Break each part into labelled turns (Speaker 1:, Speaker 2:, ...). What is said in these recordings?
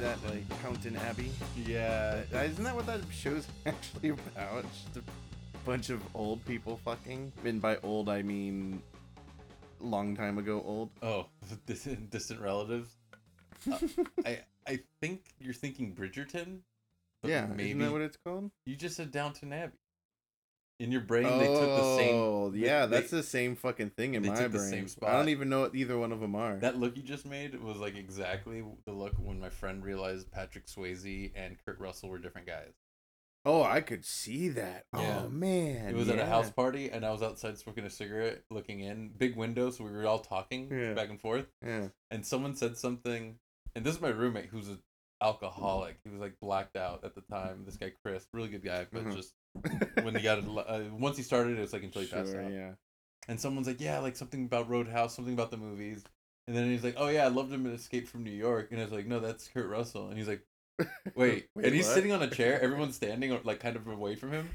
Speaker 1: that like Fountain Abbey.
Speaker 2: Yeah.
Speaker 1: Uh, Isn't that what that show's actually about? It's just a bunch of old people fucking. And by old, I mean long time ago old.
Speaker 2: Oh, distant, distant relatives. Uh, I I think you're thinking Bridgerton. but
Speaker 1: yeah, isn't
Speaker 2: maybe
Speaker 1: that what it's called?
Speaker 2: you just said Downton Abbey. In your brain, they took the same.
Speaker 1: Oh,
Speaker 2: they-
Speaker 1: yeah,
Speaker 2: they-
Speaker 1: that's the same fucking thing in
Speaker 2: they
Speaker 1: my
Speaker 2: took the
Speaker 1: brain.
Speaker 2: same
Speaker 1: I
Speaker 2: spot.
Speaker 1: don't even know what either one of them are.
Speaker 2: That look you just made was like exactly the look when my friend realized Patrick Swayze and Kurt Russell were different guys.
Speaker 1: oh, I could see that.
Speaker 2: Yeah.
Speaker 1: Oh man,
Speaker 2: It was at a
Speaker 1: yeah.
Speaker 2: house party, and I was outside smoking a cigarette, looking in, big window, so we were all talking
Speaker 1: Yeah.
Speaker 2: back and forth.
Speaker 1: Yeah.
Speaker 2: and someone said something and this is my roommate who's an alcoholic he was like blacked out at the time this guy chris really good guy but
Speaker 1: Mhm.
Speaker 2: just when he got uh, once he started it was like until he passed
Speaker 1: sure,
Speaker 2: out
Speaker 1: yeah.
Speaker 2: and someone's like yeah like something about roadhouse something about the movies and then he's like oh yeah i loved him in escape from new york and i was like no that's kurt russell and he's like wait,
Speaker 1: Wait,
Speaker 2: and he's
Speaker 1: what?
Speaker 2: sitting on a chair everyone's standing uh, like kind of away from him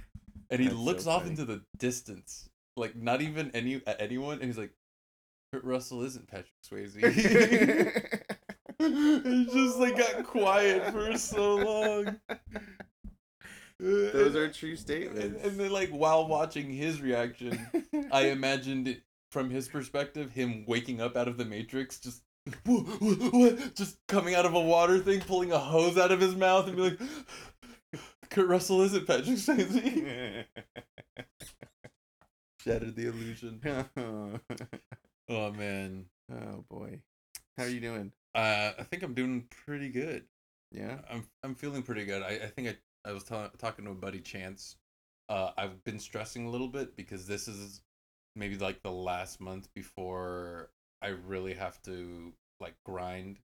Speaker 2: and he
Speaker 1: That's so
Speaker 2: looks off
Speaker 1: funny.
Speaker 2: into the distance like not even any at anyone and he's like kurt russell isn't patrick swayze It just like got quiet for so long.
Speaker 1: Those are true
Speaker 2: and,
Speaker 1: statements.
Speaker 2: and then like while watching his reaction, I imagined it from his perspective, him waking up out of the matrix, just "Wha- wha- what?" just coming out of a water thing, pulling a hose out of his mouth, and be like, "Kurt Russell isn't Patrick Swayze." Shattered the illusion.
Speaker 1: oh
Speaker 2: Oh man,
Speaker 1: boy, how are you doing?
Speaker 2: uh, I think I'm doing pretty good.
Speaker 1: Yeah.
Speaker 2: I'm I'm feeling pretty good. I, I think I, I was telling talking to a buddy Chance. Uh, I've been stressing a little bit because this is maybe like the last month before I really have to like grind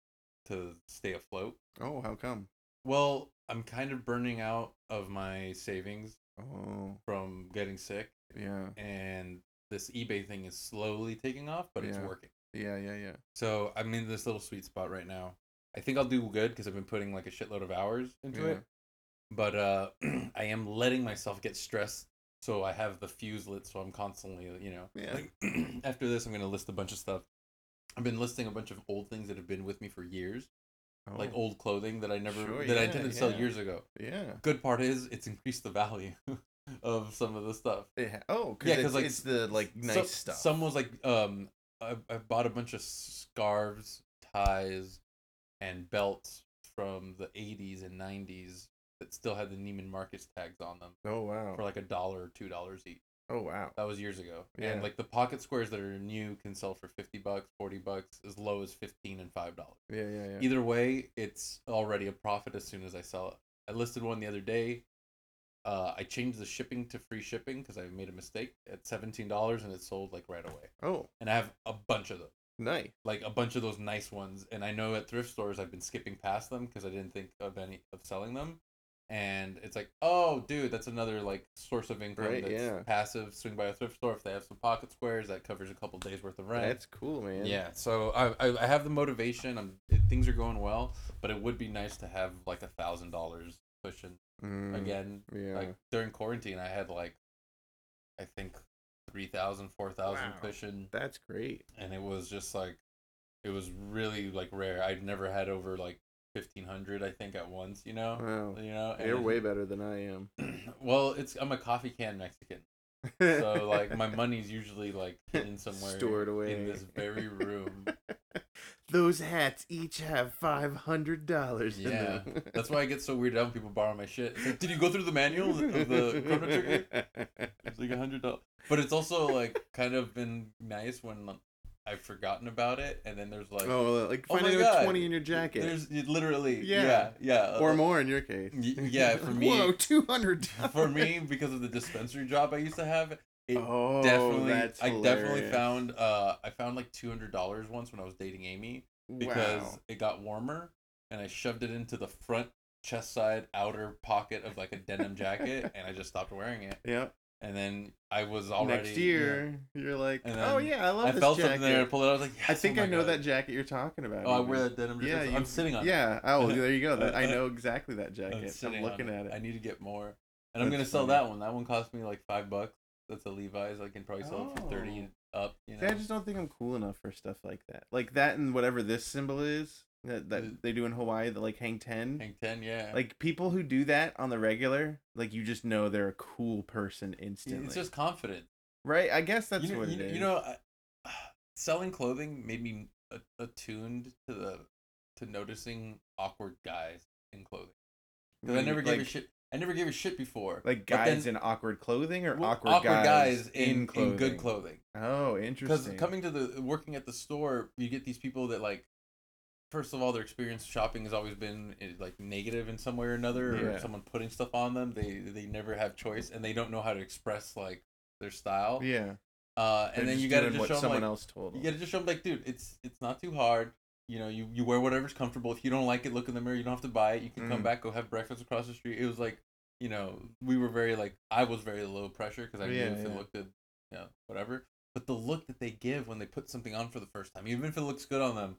Speaker 2: to stay afloat.
Speaker 1: Oh, how come?
Speaker 2: Well, I'm kind of burning out of my savings
Speaker 1: Oh,
Speaker 2: from getting sick,
Speaker 1: yeah,
Speaker 2: and this eBay thing is slowly taking off, but it's
Speaker 1: Yeah.
Speaker 2: working.
Speaker 1: yeah, yeah, yeah.
Speaker 2: So I'm in this little sweet spot right now. I think I'll do good because I've been putting like a shitload of hours into
Speaker 1: Yeah.
Speaker 2: it. But uh, I am letting myself get stressed, so I have the fuse lit. So I'm constantly, you know,
Speaker 1: Yeah.
Speaker 2: like, after this, I'm gonna list a bunch of stuff. I've been listing a bunch of old things that have been with me for years,
Speaker 1: Oh,
Speaker 2: like old clothing that I never
Speaker 1: Sure,
Speaker 2: that I
Speaker 1: yeah,
Speaker 2: didn't sell
Speaker 1: yeah.
Speaker 2: years ago.
Speaker 1: yeah.
Speaker 2: Good part is it's increased the value of some of the stuff.
Speaker 1: They ha- oh, cause
Speaker 2: Yeah, 'cause,
Speaker 1: it's,
Speaker 2: like,
Speaker 1: it's the like nice
Speaker 2: Some-
Speaker 1: stuff.
Speaker 2: Some was like, um, I, I bought a bunch of scarves, ties, and belts from the 80s and 90s that still had the Neiman Marcus tags on them
Speaker 1: oh wow.
Speaker 2: for like a dollar or two dollars each.
Speaker 1: oh wow.
Speaker 2: That was years ago.
Speaker 1: Yeah.
Speaker 2: And like the pocket squares that are new can sell for 50 bucks, 40 bucks, as low as 15 and $5. dollars.
Speaker 1: Yeah, yeah, yeah.
Speaker 2: Either way, it's already a profit as soon as I sell it. I listed one the other day. Uh, I changed the shipping to free shipping because I made a mistake at seventeen dollars, and it sold like right away.
Speaker 1: Oh,
Speaker 2: And I have a bunch of those,
Speaker 1: nice.
Speaker 2: like a bunch of those nice ones. And I know at thrift stores I've been skipping past them because I didn't think of any of selling them. And it's like, oh, dude, that's another like source of income
Speaker 1: Right,
Speaker 2: that's
Speaker 1: yeah.
Speaker 2: passive. Swing by a thrift store if they have some pocket squares that covers a couple days worth of rent.
Speaker 1: That's cool, man.
Speaker 2: Yeah, so I, I I have the motivation. I'm it- things are going well, but it would be nice to have like a thousand dollars cushion
Speaker 1: Mm,
Speaker 2: again.
Speaker 1: Yeah.
Speaker 2: Like during quarantine, I had like I think three thousand, four thousand
Speaker 1: Wow.
Speaker 2: cushion,
Speaker 1: That's great.
Speaker 2: and it was just like it was really like rare. I'd never had over like fifteen hundred. I think at once, you know,
Speaker 1: Wow.
Speaker 2: you know.
Speaker 1: You're
Speaker 2: and-
Speaker 1: way better than I am.
Speaker 2: well. It's I'm a coffee can Mexican, so like my money's usually like hidden somewhere
Speaker 1: Stored away.
Speaker 2: in this very room.
Speaker 1: Those hats each have five hundred dollars.
Speaker 2: Yeah.
Speaker 1: in them.
Speaker 2: That's why I get so weirded out when people borrow my shit. It's like, Did you go through the manual of the chrono trigger? It's like a hundred dollars. But it's also like kind of been nice when I've forgotten about about it, and then there's like
Speaker 1: oh, like
Speaker 2: "Oh my
Speaker 1: finding
Speaker 2: God,
Speaker 1: a twenty in your jacket,
Speaker 2: There's it literally yeah
Speaker 1: Yeah.
Speaker 2: yeah,
Speaker 1: or
Speaker 2: uh,
Speaker 1: more in your case.
Speaker 2: y- yeah, for me-
Speaker 1: Whoa, two hundred.
Speaker 2: For me, because of the dispensary job I used to have, it
Speaker 1: oh,
Speaker 2: definitely
Speaker 1: that's
Speaker 2: I definitely
Speaker 1: hilarious.
Speaker 2: found uh I found like two hundred dollars once when I was dating Amy because
Speaker 1: Wow.
Speaker 2: it got warmer, and I shoved it into the front chest side outer pocket of like a denim jacket, and I just stopped wearing it.
Speaker 1: Yeah.
Speaker 2: and then I was already
Speaker 1: Next year, you're like,
Speaker 2: And
Speaker 1: oh
Speaker 2: then
Speaker 1: yeah, I love
Speaker 2: I
Speaker 1: this
Speaker 2: felt
Speaker 1: jacket.
Speaker 2: something there and I pulled it. I was like,
Speaker 1: I
Speaker 2: "Yes,
Speaker 1: think
Speaker 2: oh
Speaker 1: I
Speaker 2: my
Speaker 1: know
Speaker 2: God."
Speaker 1: that jacket you're talking about.
Speaker 2: Oh, I
Speaker 1: even.
Speaker 2: wear that denim.
Speaker 1: Yeah,
Speaker 2: Yeah,
Speaker 1: you-
Speaker 2: I'm sitting on. it.
Speaker 1: Yeah. Oh, well, there you go. That, I
Speaker 2: I'm
Speaker 1: know exactly that
Speaker 2: I'm
Speaker 1: jacket. I'm,
Speaker 2: sitting on
Speaker 1: looking at
Speaker 2: I
Speaker 1: it.
Speaker 2: need to get more, and I'm
Speaker 1: That's
Speaker 2: gonna sell
Speaker 1: funny.
Speaker 2: that one. That one cost me like five bucks. That's a Levi's. I can probably sell it for thirty
Speaker 1: Oh.
Speaker 2: and up. You
Speaker 1: See,
Speaker 2: know.
Speaker 1: I just don't think I'm cool enough for stuff like that. Like that and whatever this symbol is. that, that they do in Hawaii that like hang ten.
Speaker 2: Hang ten, yeah.
Speaker 1: like people who do that on the regular, like you just know they're a cool person instantly.
Speaker 2: it's just confident.
Speaker 1: right. I guess that's
Speaker 2: you know,
Speaker 1: what
Speaker 2: you,
Speaker 1: it is.
Speaker 2: you know, I, selling clothing made me a- attuned to the to noticing awkward guys in clothing. Because I
Speaker 1: Maybe,
Speaker 2: never gave a
Speaker 1: like-
Speaker 2: shit. I never gave a shit before.
Speaker 1: Like
Speaker 2: But
Speaker 1: guys
Speaker 2: then-
Speaker 1: in awkward clothing or
Speaker 2: well,
Speaker 1: awkward, guys, in, clothing.
Speaker 2: in good clothing.
Speaker 1: Oh,
Speaker 2: Because
Speaker 1: interesting.
Speaker 2: coming to the working at the store, you get these people that like. First of all, their experience shopping has always been eh, like negative in some way or another,
Speaker 1: Yeah.
Speaker 2: or someone putting stuff on them. They they never have choice, and they don't know how to express like their style.
Speaker 1: yeah,
Speaker 2: Uh,
Speaker 1: They're
Speaker 2: and then
Speaker 1: just
Speaker 2: you gotta
Speaker 1: doing
Speaker 2: just
Speaker 1: what
Speaker 2: show them
Speaker 1: someone
Speaker 2: like,
Speaker 1: else told
Speaker 2: you
Speaker 1: them.
Speaker 2: gotta just show them like, dude, it's it's not too hard. You know, you, you wear whatever's comfortable. If you don't like it, look in the mirror. You don't have to buy it. You can come
Speaker 1: Mhm.
Speaker 2: back, go have breakfast across the street. It was like, you know, we were very like, I was very low pressure because I knew
Speaker 1: Oh, Yeah,
Speaker 2: if it
Speaker 1: yeah.
Speaker 2: looked good, you know, whatever. But the look that they give when they put something on for the first time, even if it looks good on them,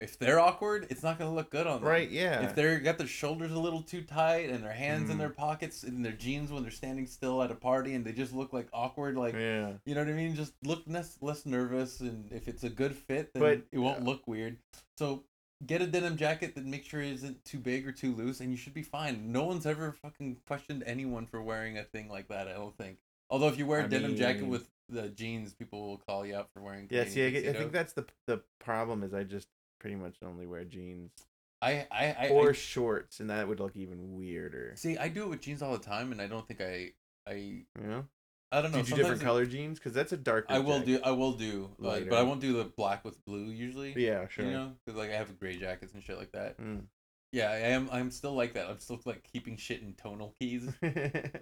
Speaker 2: if they're awkward, it's not gonna look good on them.
Speaker 1: right? Yeah.
Speaker 2: If they're got their shoulders a little too tight and their hands in
Speaker 1: Mhm.
Speaker 2: their pockets and their jeans when they're standing still at a party and they just look like awkward, like
Speaker 1: yeah.
Speaker 2: you know what I mean? Just look less, less nervous, and if it's a good fit, then
Speaker 1: But-
Speaker 2: it won't look weird. So get a denim jacket that make sure it isn't too big or too loose, and you should be fine. No one's ever fucking questioned anyone for wearing a thing like that. I don't think. Although if you wear a
Speaker 1: I
Speaker 2: denim jacket
Speaker 1: mean-
Speaker 2: with the jeans, people will call you out for wearing.
Speaker 1: Yeah,
Speaker 2: Canadian
Speaker 1: see, I, get- I
Speaker 2: tuxedo.
Speaker 1: think that's the the problem is I just pretty much only wear jeans
Speaker 2: I I, I,
Speaker 1: or
Speaker 2: I
Speaker 1: shorts, and that would look even weirder.
Speaker 2: see. I do it with jeans all the time, and I don't think I I
Speaker 1: You know,
Speaker 2: I don't
Speaker 1: do
Speaker 2: know.
Speaker 1: you do different
Speaker 2: sometimes it-
Speaker 1: color jeans? Because that's a darker.
Speaker 2: I will
Speaker 1: jacket.
Speaker 2: do. I will do. Like, but I
Speaker 1: Lighter.
Speaker 2: won't do the black with blue usually.
Speaker 1: Yeah, sure.
Speaker 2: You know, 'Cause, like I have gray jackets and shit like that.
Speaker 1: Mm.
Speaker 2: Yeah, I am. I'm still like that. I'm still like keeping shit in tonal keys.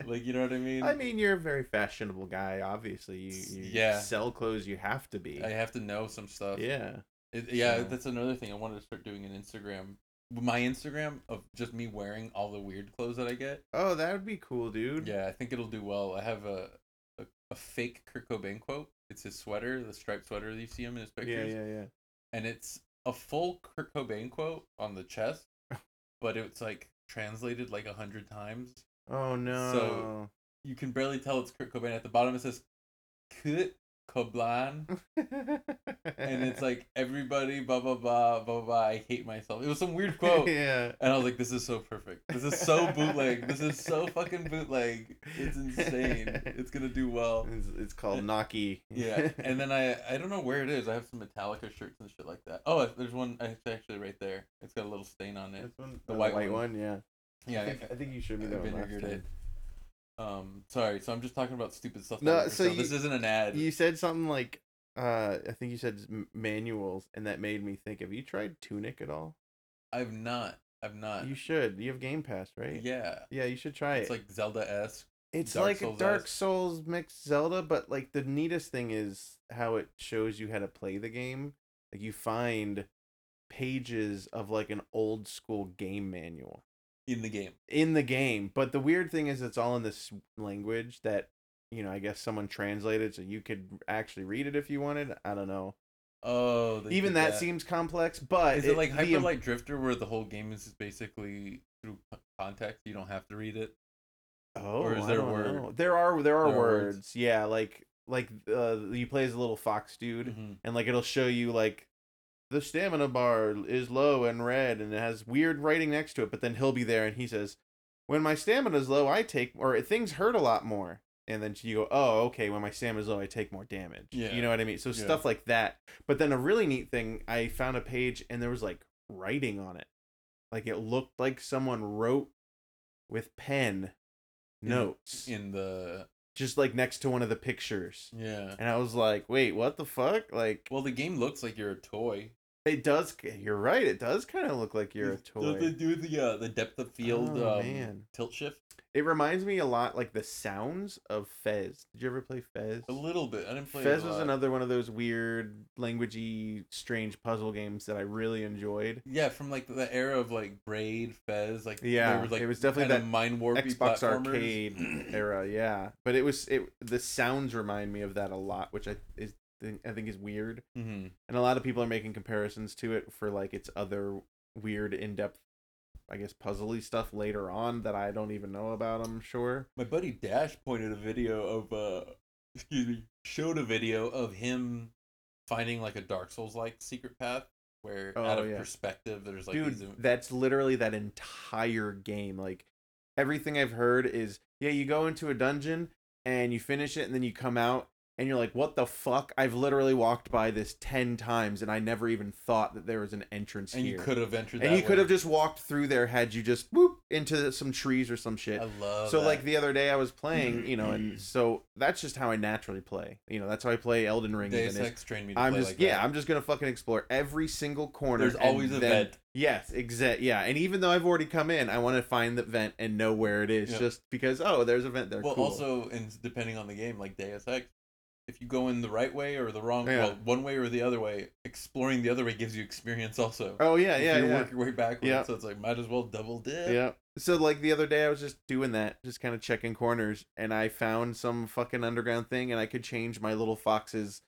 Speaker 2: like you know what I mean?
Speaker 1: I mean, you're a very fashionable guy. Obviously, you, you
Speaker 2: Yeah.
Speaker 1: sell clothes. You have to be.
Speaker 2: I have to know some stuff.
Speaker 1: yeah.
Speaker 2: It- yeah.
Speaker 1: so-
Speaker 2: That's another thing. I wanted to start doing an Instagram, my Instagram of just me wearing all the weird clothes that I get.
Speaker 1: Oh, that would be cool, dude.
Speaker 2: Yeah, I think it'll do well. I have a a, a fake Kurt Cobain quote. It's his sweater, the striped sweater that you see him in his
Speaker 1: Yeah,
Speaker 2: pictures,
Speaker 1: yeah, yeah.
Speaker 2: and it's a full Kurt Cobain quote on the chest, but it's like translated like a hundred times.
Speaker 1: Oh no.
Speaker 2: you can barely tell it's Kurt Cobain. At the bottom it says Kurt Cobain, and it's like everybody blah blah blah blah blah. I hate myself. It was some weird quote,
Speaker 1: yeah.
Speaker 2: and I was like, this is so perfect. This is so bootleg. This is so fucking bootleg. It's insane. It's gonna do well. eh,
Speaker 1: It's, it's called Naki.
Speaker 2: Yeah, and then I I don't know where it is. I have some Metallica shirts and shit like that. Oh, there's one. It's actually right there. It's got a little stain on it.
Speaker 1: This one-
Speaker 2: the
Speaker 1: oh,
Speaker 2: white one.
Speaker 1: one. Yeah.
Speaker 2: Yeah,
Speaker 1: I think, I think you showed me that one last
Speaker 2: vinegared
Speaker 1: time.
Speaker 2: it. Um, sorry. So I'm just talking about stupid stuff. that
Speaker 1: No,
Speaker 2: I work
Speaker 1: so
Speaker 2: myself. this
Speaker 1: you-
Speaker 2: isn't an ad.
Speaker 1: You said something like, uh, I think you said m- manuals, and that made me think. Have you tried Tunic at all?
Speaker 2: I've not. I've not.
Speaker 1: You should. You have Game Pass, right?
Speaker 2: Uh, Yeah.
Speaker 1: Yeah, you should try it.
Speaker 2: It's like Zelda esque.
Speaker 1: It's
Speaker 2: Dark
Speaker 1: like
Speaker 2: Souls-esque.
Speaker 1: a Dark Souls mixed Zelda, but like the neatest thing is how it shows you how to play the game. Like you find pages of like an old school game manual
Speaker 2: in the game.
Speaker 1: in the game, but the weird thing is it's all in this language that you know, I guess someone translated so you could actually read it if you wanted. I don't know.
Speaker 2: Oh, they
Speaker 1: Even
Speaker 2: did
Speaker 1: that, seems complex, but
Speaker 2: Is it, like
Speaker 1: the
Speaker 2: Hyper
Speaker 1: im-
Speaker 2: Light Drifter, where the whole game is basically through c- context? You don't have to read it.
Speaker 1: Oh,
Speaker 2: is
Speaker 1: I
Speaker 2: there
Speaker 1: don't
Speaker 2: word-
Speaker 1: know. There are there are,
Speaker 2: there are words?
Speaker 1: words. Yeah, like like uh, you play as a little fox dude. and like it'll show you like the stamina bar is low and red and it has weird writing next to it but then he'll be there and he says when my stamina is low i take or things hurt a lot more and then you go oh okay when my stamina is low i take more damage
Speaker 2: Yeah.
Speaker 1: you know what i mean so
Speaker 2: Yeah.
Speaker 1: stuff like that but then a really neat thing i found a page and there was like writing on it like it looked like someone wrote with pen
Speaker 2: In-
Speaker 1: notes
Speaker 2: In the
Speaker 1: just like next to one of the pictures
Speaker 2: yeah.
Speaker 1: and i was like wait what the fuck like
Speaker 2: Well, the game looks like you're a toy.
Speaker 1: it does. You're right. It does kind of look like you're a
Speaker 2: Does- Does it
Speaker 1: toy.
Speaker 2: do the uh, the depth of field
Speaker 1: Oh,
Speaker 2: um,
Speaker 1: man.
Speaker 2: tilt shift?
Speaker 1: It reminds me a lot like the sounds of Fez. Did you ever play Fez?
Speaker 2: A little bit. I didn't play. it
Speaker 1: Fez
Speaker 2: a
Speaker 1: was
Speaker 2: lot.
Speaker 1: another one of those weird, languagey, strange puzzle games that I really enjoyed.
Speaker 2: Yeah, from like the era of like Braid, Fez, like
Speaker 1: Yeah,
Speaker 2: there was like
Speaker 1: it was definitely
Speaker 2: kinda mind warpy
Speaker 1: Xbox
Speaker 2: platformers.
Speaker 1: Arcade era, yeah. But it was it. The sounds remind me of that a lot, which I is I think is weird.
Speaker 2: Mhm.
Speaker 1: And a lot of people are making comparisons to it for like its other weird, in-depth, I guess, puzzly stuff later on that I don't even know about. I'm sure.
Speaker 2: My buddy Dash pointed a video of uh excuse me, showed a video of him finding like a Dark Souls like secret path where
Speaker 1: Oh,
Speaker 2: out of
Speaker 1: yeah.
Speaker 2: perspective, there's like
Speaker 1: dude
Speaker 2: these im-
Speaker 1: that's literally that entire game like everything i've heard is yeah you go into a dungeon and you finish it and then you come out and you're like what the fuck i've literally walked by this 10 times and i never even thought that there was an entrance
Speaker 2: and
Speaker 1: here
Speaker 2: you could have entered.
Speaker 1: and
Speaker 2: that
Speaker 1: you could
Speaker 2: way.
Speaker 1: have just walked through there had you just whoop into some trees or some shit
Speaker 2: I love.
Speaker 1: so
Speaker 2: that.
Speaker 1: like the other day i was playing you know and so that's just how i naturally play you know that's how i play elden ring
Speaker 2: Deus
Speaker 1: even is-
Speaker 2: Ex trained me. To
Speaker 1: I'm
Speaker 2: play
Speaker 1: just
Speaker 2: like
Speaker 1: yeah,
Speaker 2: that.
Speaker 1: I'm just gonna fucking explore every single corner.
Speaker 2: There's
Speaker 1: and
Speaker 2: always a
Speaker 1: then-
Speaker 2: vent.
Speaker 1: Yes, exact. Yeah, and even though I've already come in, I want to find the vent and know where it is,
Speaker 2: Yeah.
Speaker 1: just because. Oh, there's a vent there.
Speaker 2: Well,
Speaker 1: cool.
Speaker 2: also, and depending on the game, like Deus Ex, if you go in the right way or the wrong,
Speaker 1: Yeah.
Speaker 2: well, one way or the other way, exploring the other way gives you experience also.
Speaker 1: Oh yeah,
Speaker 2: If
Speaker 1: yeah,
Speaker 2: you
Speaker 1: yeah.
Speaker 2: work your way backwards,
Speaker 1: Yeah.
Speaker 2: so it's like might as well double dip.
Speaker 1: Yeah. So like the other day, I was just doing that, just kind of checking corners, and I found some fucking underground thing, and I could change my little fox's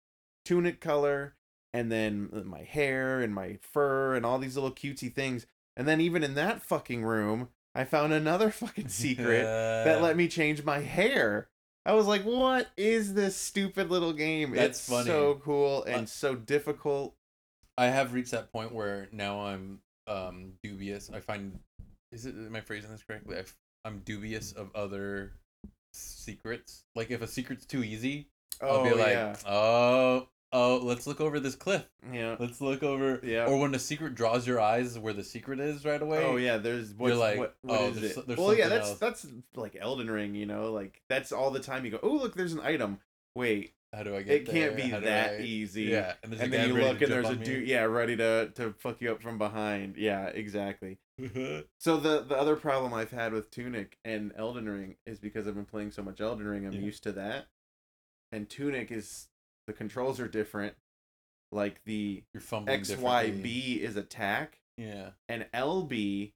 Speaker 1: tunic color, and then my hair and my fur and all these little cutesy things. And then even in that fucking room, I found another fucking secret. that let me change my hair. I was like, "What is this stupid little game?
Speaker 2: That's
Speaker 1: it's
Speaker 2: funny.
Speaker 1: so cool and
Speaker 2: Uh,
Speaker 1: so difficult."
Speaker 2: I have reached that point where now I'm um dubious. I find is it am I phrasing this correctly? I f- I'm dubious of other secrets. Like if a secret's too easy, I'll
Speaker 1: oh
Speaker 2: be like,
Speaker 1: yeah,
Speaker 2: oh, oh, let's look over this cliff.
Speaker 1: yeah,
Speaker 2: Let's look over.
Speaker 1: Yeah.
Speaker 2: Or when a secret draws your eyes where the secret is right away.
Speaker 1: oh yeah. There's what's,
Speaker 2: like,
Speaker 1: what, what
Speaker 2: oh,
Speaker 1: is
Speaker 2: there's
Speaker 1: it?
Speaker 2: so- there's
Speaker 1: well, yeah,
Speaker 2: something
Speaker 1: that's
Speaker 2: else.
Speaker 1: that's like Elden Ring. You know, like that's all the time. You go, "Oh, look, there's an item." Wait,
Speaker 2: How do I get
Speaker 1: it can't
Speaker 2: there?
Speaker 1: be
Speaker 2: How do
Speaker 1: that
Speaker 2: I-
Speaker 1: easy.
Speaker 2: Yeah. And, there's
Speaker 1: And
Speaker 2: a guy
Speaker 1: then you
Speaker 2: ready to
Speaker 1: look, and
Speaker 2: jump
Speaker 1: there's a
Speaker 2: on me.
Speaker 1: dude, yeah, ready to to fuck you up from behind. Yeah, exactly. So the the other problem I've had with Tunic and Elden Ring is because I've been playing so much Elden Ring, I'm
Speaker 2: Yeah.
Speaker 1: used to that. And Tunic is the controls are different. Like the
Speaker 2: You're fumbling
Speaker 1: X Y
Speaker 2: differently.
Speaker 1: B is attack,
Speaker 2: Yeah.
Speaker 1: and LB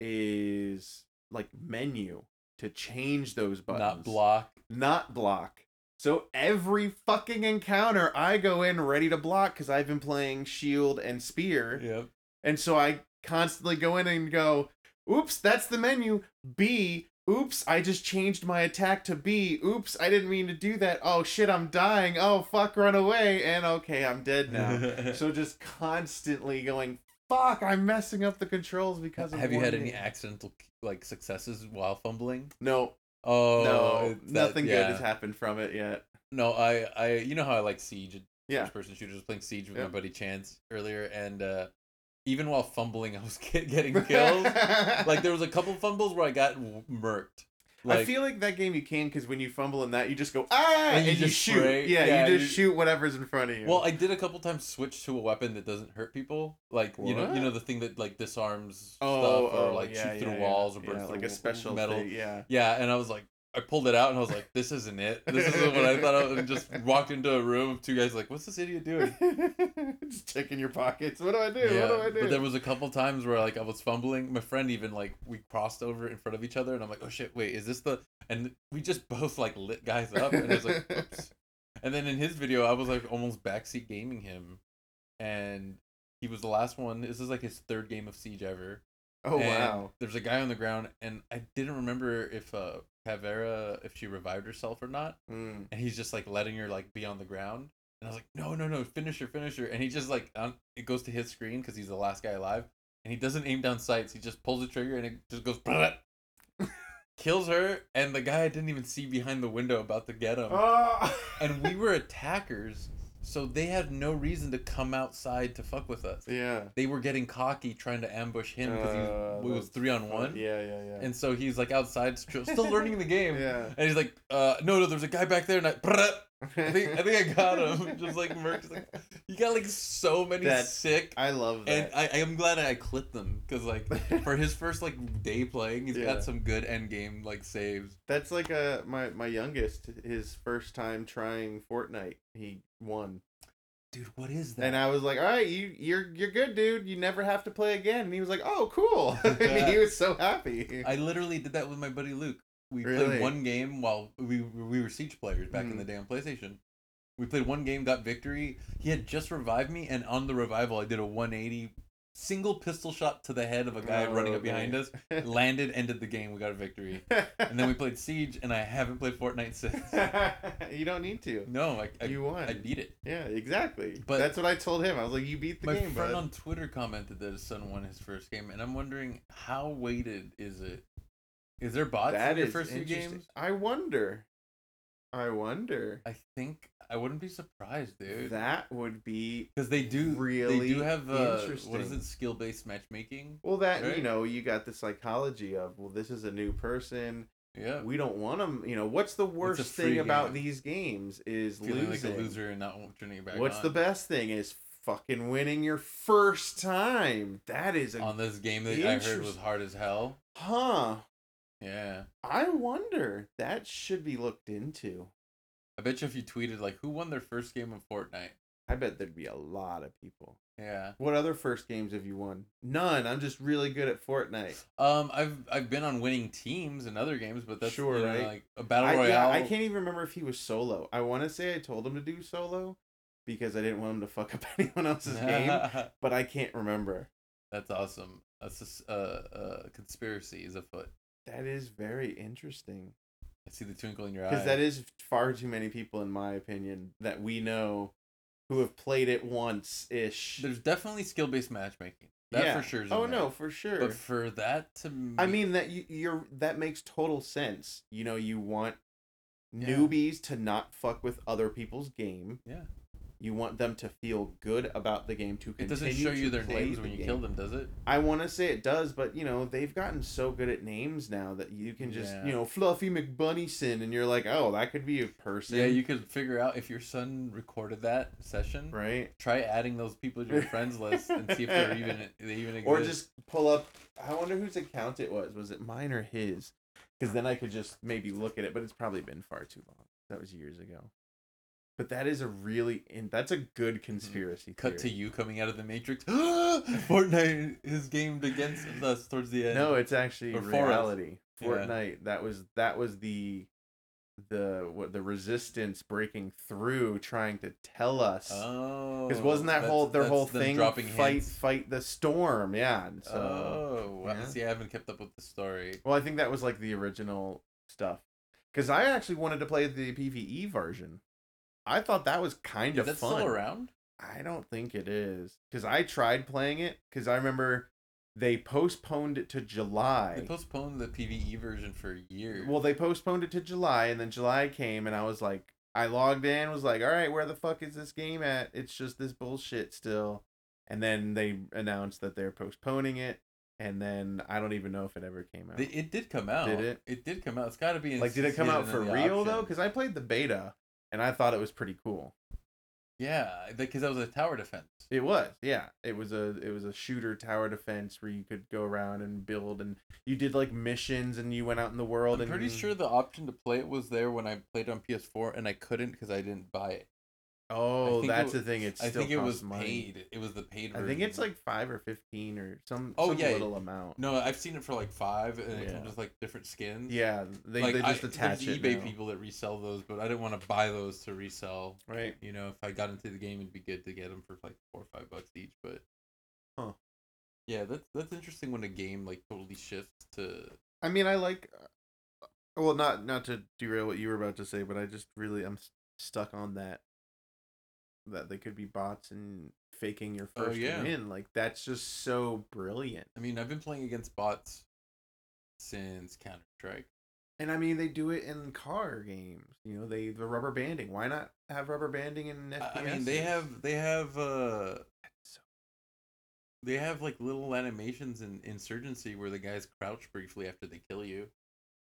Speaker 1: is like menu to change those buttons,
Speaker 2: Not block.
Speaker 1: not block. So every fucking encounter, I go in ready to block because I've been playing shield and spear.
Speaker 2: Yep.
Speaker 1: And so I constantly go in and go, oops, that's the menu. B, oops, I just changed my attack to B. Oops, I didn't mean to do that. Oh shit, I'm dying. Oh fuck, run away. And okay, I'm dead now. so just constantly going, fuck, I'm messing up the controls because of
Speaker 2: Have you had
Speaker 1: one
Speaker 2: any
Speaker 1: thing."
Speaker 2: accidental like successes while fumbling?
Speaker 1: No,
Speaker 2: Oh
Speaker 1: no,
Speaker 2: it's that-
Speaker 1: nothing
Speaker 2: yeah.
Speaker 1: good has happened from it yet.
Speaker 2: No, I, I, you know how I like siege,
Speaker 1: Yeah.
Speaker 2: first person shooters. I was Playing siege with
Speaker 1: Yeah.
Speaker 2: my buddy Chance earlier, and uh, even while fumbling, I was get, getting kills. like there was a couple fumbles where I got w- murked. Like,
Speaker 1: I feel like that game you can because when you fumble in that, you just go ah,
Speaker 2: And
Speaker 1: and
Speaker 2: you
Speaker 1: you,
Speaker 2: just
Speaker 1: shoot.
Speaker 2: spray.
Speaker 1: Yeah,
Speaker 2: Yeah,
Speaker 1: you just
Speaker 2: you-
Speaker 1: shoot whatever's in front of you.
Speaker 2: well, I did a couple times switch to a weapon that doesn't hurt people. Like you know,
Speaker 1: What?
Speaker 2: you know the thing that like disarms
Speaker 1: oh,
Speaker 2: stuff or
Speaker 1: oh,
Speaker 2: like
Speaker 1: yeah,
Speaker 2: shoot through
Speaker 1: yeah,
Speaker 2: walls
Speaker 1: yeah.
Speaker 2: or burn
Speaker 1: yeah,
Speaker 2: through
Speaker 1: like a
Speaker 2: w-
Speaker 1: special
Speaker 2: metal.
Speaker 1: thing, yeah.
Speaker 2: Yeah, and I was like, I pulled it out and I was like, this isn't it. This isn't what I thought. Of, and just walked into a room of two guys like, what's this idiot doing?
Speaker 1: Just checking your pockets. What do I do? what do I
Speaker 2: But
Speaker 1: do?
Speaker 2: there was a couple times where like I was fumbling. My friend even like we crossed over in front of each other, and I'm like, oh shit, wait, is this the? And we just both like lit guys up, and I was like, oops. And then in his video, I was like almost backseat gaming him, and he was the last one. This is like his third game of Siege ever.
Speaker 1: oh
Speaker 2: And
Speaker 1: wow.
Speaker 2: There's a guy on the ground, and I didn't remember if uh Cavera if she revived herself or not
Speaker 1: Mm.
Speaker 2: and he's just like letting her like be on the ground. And I was like, no, no, no, finish her, finish her. And he just like um, it goes to his screen because he's the last guy alive, and he doesn't aim down sights. He just pulls the trigger and it just goes, kills her. And the guy I didn't even see behind the window about to get him.
Speaker 1: Oh.
Speaker 2: And we were attackers, so they had no reason to come outside to fuck with us.
Speaker 1: yeah.
Speaker 2: They were getting cocky trying to ambush him because
Speaker 1: Uh,
Speaker 2: he was, it was
Speaker 1: that's
Speaker 2: three on one.
Speaker 1: Yeah, yeah, yeah.
Speaker 2: And so he's like outside, still still learning the game.
Speaker 1: yeah.
Speaker 2: And he's like, uh, no, no, there's a guy back there, and I, I think I think I got him. Just like Merc, just like you got like so many
Speaker 1: That-
Speaker 2: sick.
Speaker 1: I love
Speaker 2: and
Speaker 1: that.
Speaker 2: I, I am glad I clipped them because like for his first like day playing, he's
Speaker 1: Yeah.
Speaker 2: got some good end game like saves.
Speaker 1: That's like uh my my youngest his first time trying Fortnite. He won.
Speaker 2: Dude, what is that?
Speaker 1: And I was like, "All right, you you're you're good, dude. You never have to play again." And he was like, "Oh, cool." he was so happy.
Speaker 2: I, literally did that with my buddy Luke. We
Speaker 1: Really?
Speaker 2: played one game while we we were siege players back in
Speaker 1: Mhm.
Speaker 2: the day on PlayStation. We played one game, got victory. He had just revived me, and on the revival, I did a 180 single pistol shot to the head of a guy
Speaker 1: Oh,
Speaker 2: running up behind
Speaker 1: man.
Speaker 2: us, landed, ended the game. We got a victory. And then we played Siege, and I haven't played Fortnite since.
Speaker 1: you don't need to.
Speaker 2: No, I, I,
Speaker 1: you won.
Speaker 2: I beat it.
Speaker 1: yeah, exactly.
Speaker 2: But-
Speaker 1: But that's what I told him. I was like, you beat the
Speaker 2: My
Speaker 1: game,
Speaker 2: friend
Speaker 1: bud.
Speaker 2: on Twitter commented that his son won his first game, and I'm wondering how weighted is it? Is there bots in
Speaker 1: That
Speaker 2: your
Speaker 1: is
Speaker 2: first few
Speaker 1: interesting.
Speaker 2: games?
Speaker 1: I wonder. I wonder.
Speaker 2: I think I wouldn't be surprised, dude.
Speaker 1: That would be
Speaker 2: Because they do they
Speaker 1: really
Speaker 2: do have uh, what is
Speaker 1: interesting.
Speaker 2: it skill based matchmaking?
Speaker 1: well. That
Speaker 2: Right?
Speaker 1: you know, you got the psychology of well, this is a new person.
Speaker 2: Yeah,
Speaker 1: We don't want them. You know, what's the worst
Speaker 2: free
Speaker 1: thing about
Speaker 2: game.
Speaker 1: these games is
Speaker 2: feeling
Speaker 1: losing.
Speaker 2: like a loser and not turning it back.
Speaker 1: What's
Speaker 2: on,
Speaker 1: the best thing is fucking winning your first time. That is a
Speaker 2: on this game that I heard was
Speaker 1: Interest-
Speaker 2: hard as hell?
Speaker 1: huh.
Speaker 2: Yeah,
Speaker 1: I wonder. That should be looked into.
Speaker 2: I bet you if you tweeted like who won their first game of Fortnite,
Speaker 1: I bet there'd be a lot of people.
Speaker 2: yeah.
Speaker 1: What other first games have you won? None. I'm just really good at Fortnite.
Speaker 2: Um, I've I've been on winning teams in other games, but that's
Speaker 1: Sure,
Speaker 2: you know,
Speaker 1: right?
Speaker 2: like a battle
Speaker 1: I,
Speaker 2: royale.
Speaker 1: yeah, I can't even remember if he was solo. I want to say I told him to do solo because I didn't want him to fuck up anyone else's game, but I can't remember.
Speaker 2: That's awesome. That's a s- uh, uh, conspiracy is afoot.
Speaker 1: That is very interesting
Speaker 2: I see the twinkle in your eye.
Speaker 1: because that is far too many people, in my opinion, that we know who have played it once ish.
Speaker 2: There's definitely skill based matchmaking. That
Speaker 1: Yeah.
Speaker 2: for sure. Is in
Speaker 1: Oh
Speaker 2: there.
Speaker 1: no, for sure.
Speaker 2: But for that to
Speaker 1: I
Speaker 2: be-
Speaker 1: mean that you, you're that makes total sense. You know, you want
Speaker 2: Yeah.
Speaker 1: newbies to not fuck with other people's game.
Speaker 2: Yeah.
Speaker 1: You want them to feel good about the game to
Speaker 2: it
Speaker 1: continue.
Speaker 2: doesn't show
Speaker 1: to
Speaker 2: you their
Speaker 1: play
Speaker 2: names
Speaker 1: the
Speaker 2: when you
Speaker 1: game.
Speaker 2: kill them, does it?
Speaker 1: I want to say it does, but you know they've gotten so good at names now that you can just
Speaker 2: Yeah.
Speaker 1: you know Fluffy McBunnyson, and you're like, oh, that could be a person.
Speaker 2: Yeah, you could figure out if your son recorded that session.
Speaker 1: right.
Speaker 2: Try adding those people to your friends list and see if they're even they even exist.
Speaker 1: Or just pull up. I wonder whose account it was. Was it mine or his? Because then I could just maybe look at it, but it's probably been far too long. That was years ago. But that is a really in, that's a good conspiracy.
Speaker 2: Mm-hmm. cut to
Speaker 1: theory.
Speaker 2: you coming out of the matrix. Fortnite is gamed against us towards the end.
Speaker 1: no, it's actually
Speaker 2: Or for us.
Speaker 1: reality.
Speaker 2: Yeah.
Speaker 1: Fortnite. That was that was the the what the resistance breaking through, trying to tell us.
Speaker 2: Oh,
Speaker 1: because wasn't that whole
Speaker 2: that's-
Speaker 1: their
Speaker 2: that's
Speaker 1: whole
Speaker 2: them
Speaker 1: thing
Speaker 2: dropping
Speaker 1: fight
Speaker 2: hints.
Speaker 1: fight the storm yeah and so
Speaker 2: oh, wow.
Speaker 1: yeah.
Speaker 2: see, I haven't kept up with the story.
Speaker 1: Well, I think that was like the original stuff. Because I actually wanted to play the PVE version. I thought that was kind
Speaker 2: Is
Speaker 1: of
Speaker 2: that
Speaker 1: fun.
Speaker 2: still around?
Speaker 1: I don't think it is. Because I tried playing it. Because I remember they postponed it to
Speaker 2: They
Speaker 1: July.
Speaker 2: postponed the PVE version for a year.
Speaker 1: well, they postponed it to July, and then July came, and I was like, I logged in, was like, all right, where the fuck is this game at? It's just this bullshit still. And then they announced that they're postponing it, and then I don't even know if it ever came out.
Speaker 2: They- it did come out.
Speaker 1: Did it?
Speaker 2: It did come out. It's got to be in
Speaker 1: like did it come out
Speaker 2: season
Speaker 1: for
Speaker 2: in the
Speaker 1: real though? 'Cause though
Speaker 2: option.
Speaker 1: because i played the beta and i thought it was pretty cool
Speaker 2: yeah, because that was a tower defense.
Speaker 1: it was yeah it was a it was a shooter tower defense where you could go around and build and you did like missions and you went out in the world
Speaker 2: I'm
Speaker 1: and
Speaker 2: pretty sure the option to play it was there when I played on PS4, and I couldn't because I didn't buy it.
Speaker 1: oh
Speaker 2: think it
Speaker 1: that's
Speaker 2: wa-
Speaker 1: the thing it's
Speaker 2: I
Speaker 1: still
Speaker 2: think it was
Speaker 1: money.
Speaker 2: paid. It was the paid.
Speaker 1: i
Speaker 2: Version.
Speaker 1: think it's like five or 15 or some,
Speaker 2: Oh,
Speaker 1: some
Speaker 2: yeah.
Speaker 1: little amount
Speaker 2: No, I've seen it for like five, and it
Speaker 1: Yeah.
Speaker 2: comes with like different skins.
Speaker 1: yeah they,
Speaker 2: like,
Speaker 1: they just
Speaker 2: I,
Speaker 1: attach
Speaker 2: there's
Speaker 1: it
Speaker 2: eBay
Speaker 1: now.
Speaker 2: people that resell those, but I didn't want to buy those to resell.
Speaker 1: right
Speaker 2: You know, if I got into the game, it'd be good to get them for like four or five bucks each. But
Speaker 1: Huh.
Speaker 2: yeah, that's that's interesting when a game like totally shifts to
Speaker 1: I mean, I like. uh, Well, not not to derail what you were about to say, but I just really I'm s- stuck on that. That they could be bots and faking your
Speaker 2: Oh,
Speaker 1: first
Speaker 2: yeah.
Speaker 1: win, like that's just so brilliant.
Speaker 2: I mean, I've been playing against bots since Counter Strike.
Speaker 1: And I mean, they do it in car games. You know, they the rubber banding. Why not have rubber banding in FPS?
Speaker 2: I, I mean, they have they have uh
Speaker 1: so-
Speaker 2: they have like little animations in Insurgency where the guys crouch briefly after they kill you,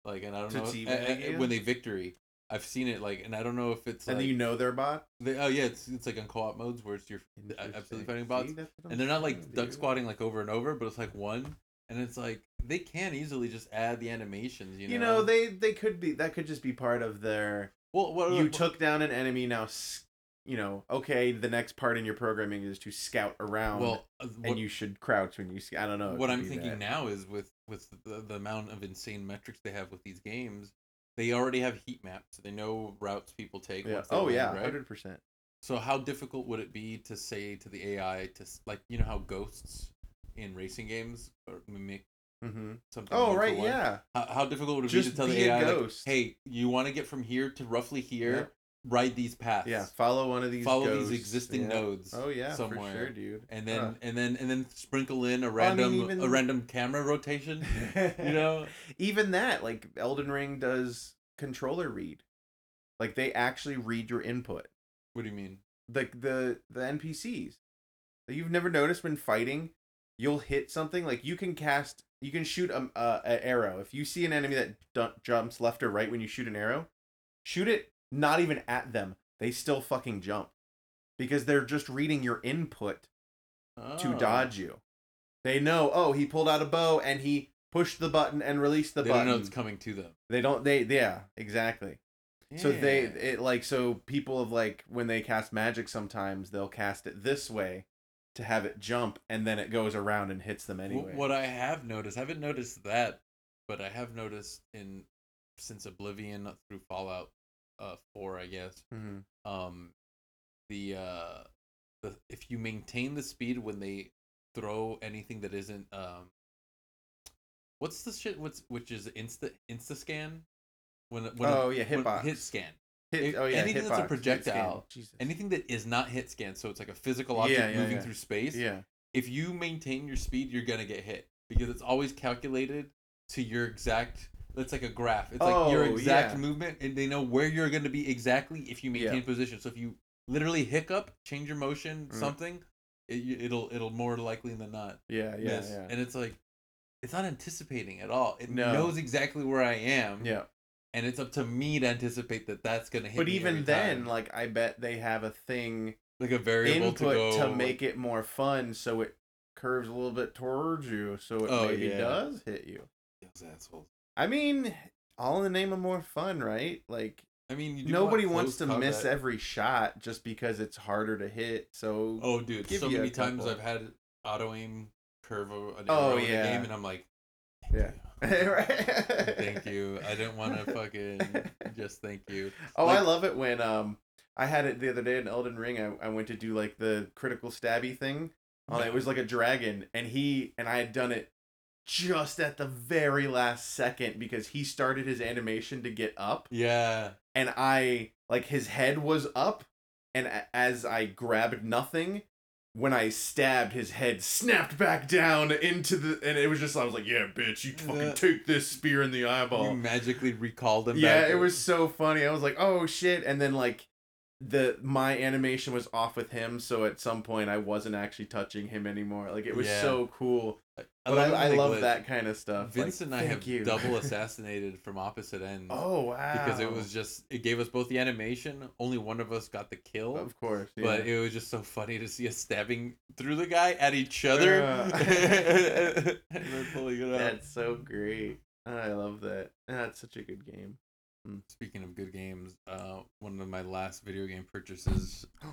Speaker 2: like, and I don't
Speaker 1: To
Speaker 2: know
Speaker 1: team
Speaker 2: uh, uh,
Speaker 1: you?
Speaker 2: when they victory. I've seen it like, and I don't know if it's
Speaker 1: and
Speaker 2: like,
Speaker 1: then you know they're bot.
Speaker 2: they, oh yeah, it's it's like in co-op modes where it's your I- absolutely
Speaker 1: Interesting.
Speaker 2: fighting
Speaker 1: See,
Speaker 2: bots,
Speaker 1: that's what I'm
Speaker 2: and they're not like
Speaker 1: saying,
Speaker 2: duck
Speaker 1: Oh, dude.
Speaker 2: squatting like over and over, but it's like one, and it's like they can easily just add the animations, you know.
Speaker 1: You know, they they could be that could just be part of their
Speaker 2: Oh, well, what,
Speaker 1: you
Speaker 2: what-
Speaker 1: took down an enemy now s- you know okay the next part in your programming is to scout around
Speaker 2: well, uh, what,
Speaker 1: and you should crouch when you sc- i don't know it
Speaker 2: what
Speaker 1: could
Speaker 2: I'm
Speaker 1: be
Speaker 2: thinking
Speaker 1: that.
Speaker 2: now is with with the, the amount of insane metrics they have with these games, they already have heat maps. They know routes people take.
Speaker 1: yeah.
Speaker 2: once they
Speaker 1: oh
Speaker 2: land,
Speaker 1: yeah
Speaker 2: right?
Speaker 1: 100%
Speaker 2: So how difficult would it be to say to the AI to s- like you know how ghosts in racing games or mimic
Speaker 1: Mm-hmm.
Speaker 2: something.
Speaker 1: Oh
Speaker 2: one for
Speaker 1: right,
Speaker 2: one.
Speaker 1: yeah.
Speaker 2: How, how difficult would it
Speaker 1: Just
Speaker 2: be to tell the
Speaker 1: be a
Speaker 2: AI, like,
Speaker 1: ghost.
Speaker 2: hey, you want to get from here to roughly here?
Speaker 1: Yeah.
Speaker 2: Ride these paths.
Speaker 1: Yeah, follow one of these.
Speaker 2: Follow
Speaker 1: ghosts.
Speaker 2: these existing
Speaker 1: yeah.
Speaker 2: nodes.
Speaker 1: Oh yeah,
Speaker 2: somewhere.
Speaker 1: for sure, dude.
Speaker 2: And then
Speaker 1: Huh.
Speaker 2: and then and then sprinkle in a
Speaker 1: Well, I mean,
Speaker 2: random a
Speaker 1: even-
Speaker 2: random camera rotation. You know,
Speaker 1: even that, like Elden Ring does controller read. Like they actually read your input.
Speaker 2: what do you mean?
Speaker 1: Like the the NPCs. That you've never noticed when fighting, you'll hit something like you can cast, you can shoot um, uh, an arrow. If you see an enemy that dun- jumps left or right when you shoot an arrow, shoot it not even at them. They still fucking jump because they're just reading your input to
Speaker 2: Oh.
Speaker 1: dodge you. They know, oh, he pulled out a bow and he pushed the button and released the
Speaker 2: they
Speaker 1: button.
Speaker 2: don't know it's coming to them.
Speaker 1: They don't. They yeah, exactly. So they
Speaker 2: Yeah.
Speaker 1: it like so people of like when they cast magic sometimes they'll cast it this way to have it jump and then it goes around and hits them
Speaker 2: Wh-
Speaker 1: anyway.
Speaker 2: What I have noticed, I haven't noticed that, but I have noticed in since Oblivion through Fallout uh 4, I guess.
Speaker 1: Mhm.
Speaker 2: Um the uh the if you maintain the speed when they throw anything that isn't um what's the shit what's which is insta insta scan when when
Speaker 1: Oh, yeah,
Speaker 2: when-
Speaker 1: hitbox.
Speaker 2: hit scan
Speaker 1: Hit,
Speaker 2: if-
Speaker 1: oh yeah,
Speaker 2: anything that's a
Speaker 1: hitbox, hit
Speaker 2: projectile,
Speaker 1: scan. Jesus.
Speaker 2: anything that is not hit scan so it's like a physical
Speaker 1: Yeah,
Speaker 2: object
Speaker 1: yeah,
Speaker 2: moving
Speaker 1: yeah.
Speaker 2: through space
Speaker 1: Yeah.
Speaker 2: if you maintain your speed, you're gonna get hit because it's always calculated to your exact. It's like a graph. It's like your
Speaker 1: Oh,
Speaker 2: exact
Speaker 1: yeah.
Speaker 2: movement, and they know where you're gonna be exactly if you maintain
Speaker 1: Yeah.
Speaker 2: position. So if you literally hiccup, change your motion,
Speaker 1: Mm.
Speaker 2: something, it, you- it'll it'll more likely than not
Speaker 1: Yeah, Uh, yeah,
Speaker 2: miss.
Speaker 1: yeah.
Speaker 2: And it's like, it's not anticipating at all. It
Speaker 1: No.
Speaker 2: knows exactly where I am,
Speaker 1: yeah.
Speaker 2: and it's up to me to anticipate that that's gonna hit.
Speaker 1: But
Speaker 2: me every
Speaker 1: even then,
Speaker 2: time.
Speaker 1: like I bet they have a thing
Speaker 2: like a variable to
Speaker 1: input
Speaker 2: go
Speaker 1: to, make it more fun, so it curves a little bit towards you, so it
Speaker 2: Oh,
Speaker 1: maybe
Speaker 2: yeah.
Speaker 1: does hit you.
Speaker 2: Those assholes.
Speaker 1: I mean, all in the name of more fun, right? Like
Speaker 2: I mean, you do want
Speaker 1: nobody wants
Speaker 2: close
Speaker 1: to miss
Speaker 2: combat.
Speaker 1: every shot just because it's harder to hit. So
Speaker 2: Oh, dude,
Speaker 1: give
Speaker 2: so
Speaker 1: you a
Speaker 2: many times
Speaker 1: couple.
Speaker 2: I've had auto aim curve o- an
Speaker 1: Oh,
Speaker 2: arrow in a
Speaker 1: yeah.
Speaker 2: game, and I'm like,
Speaker 1: Yeah.
Speaker 2: thank you.
Speaker 1: thank
Speaker 2: thank you. I didn't want to fucking just thank you.
Speaker 1: Oh, I
Speaker 2: Like-
Speaker 1: love it when um I had it the other day in Elden Ring. I, I went to do like the critical stabby thing. Oh, it was like a dragon, and he and I had done it just at the very last second because he started his animation to get up,
Speaker 2: Yeah,
Speaker 1: and I like his head was up, and a- as I grabbed nothing, when I stabbed, his head snapped back down into the, and it was just I was like, yeah, bitch, you
Speaker 2: Yeah.
Speaker 1: fucking take this spear in the
Speaker 2: you
Speaker 1: eyeball.
Speaker 2: magically recalled them.
Speaker 1: yeah,
Speaker 2: back.
Speaker 1: it was so funny. I was like, oh shit, and then like the my animation was off with him, so at some point I wasn't actually touching him anymore. Like it was
Speaker 2: Yeah.
Speaker 1: so cool.
Speaker 2: I
Speaker 1: but I,
Speaker 2: love
Speaker 1: I
Speaker 2: the
Speaker 1: love
Speaker 2: glitch.
Speaker 1: that kind of stuff. Like,
Speaker 2: Vince and I
Speaker 1: thank
Speaker 2: have
Speaker 1: you.
Speaker 2: double assassinated from opposite ends.
Speaker 1: oh wow!
Speaker 2: Because it was just it gave us both the animation. Only one of us got the kill,
Speaker 1: of course, yeah.
Speaker 2: but it was just so funny to see us stabbing through the guy at each other and then pulling it out.
Speaker 1: That's so great.
Speaker 2: Oh,
Speaker 1: I love that. That's such a good game.
Speaker 2: Speaking of good games, uh, one of my last video game purchases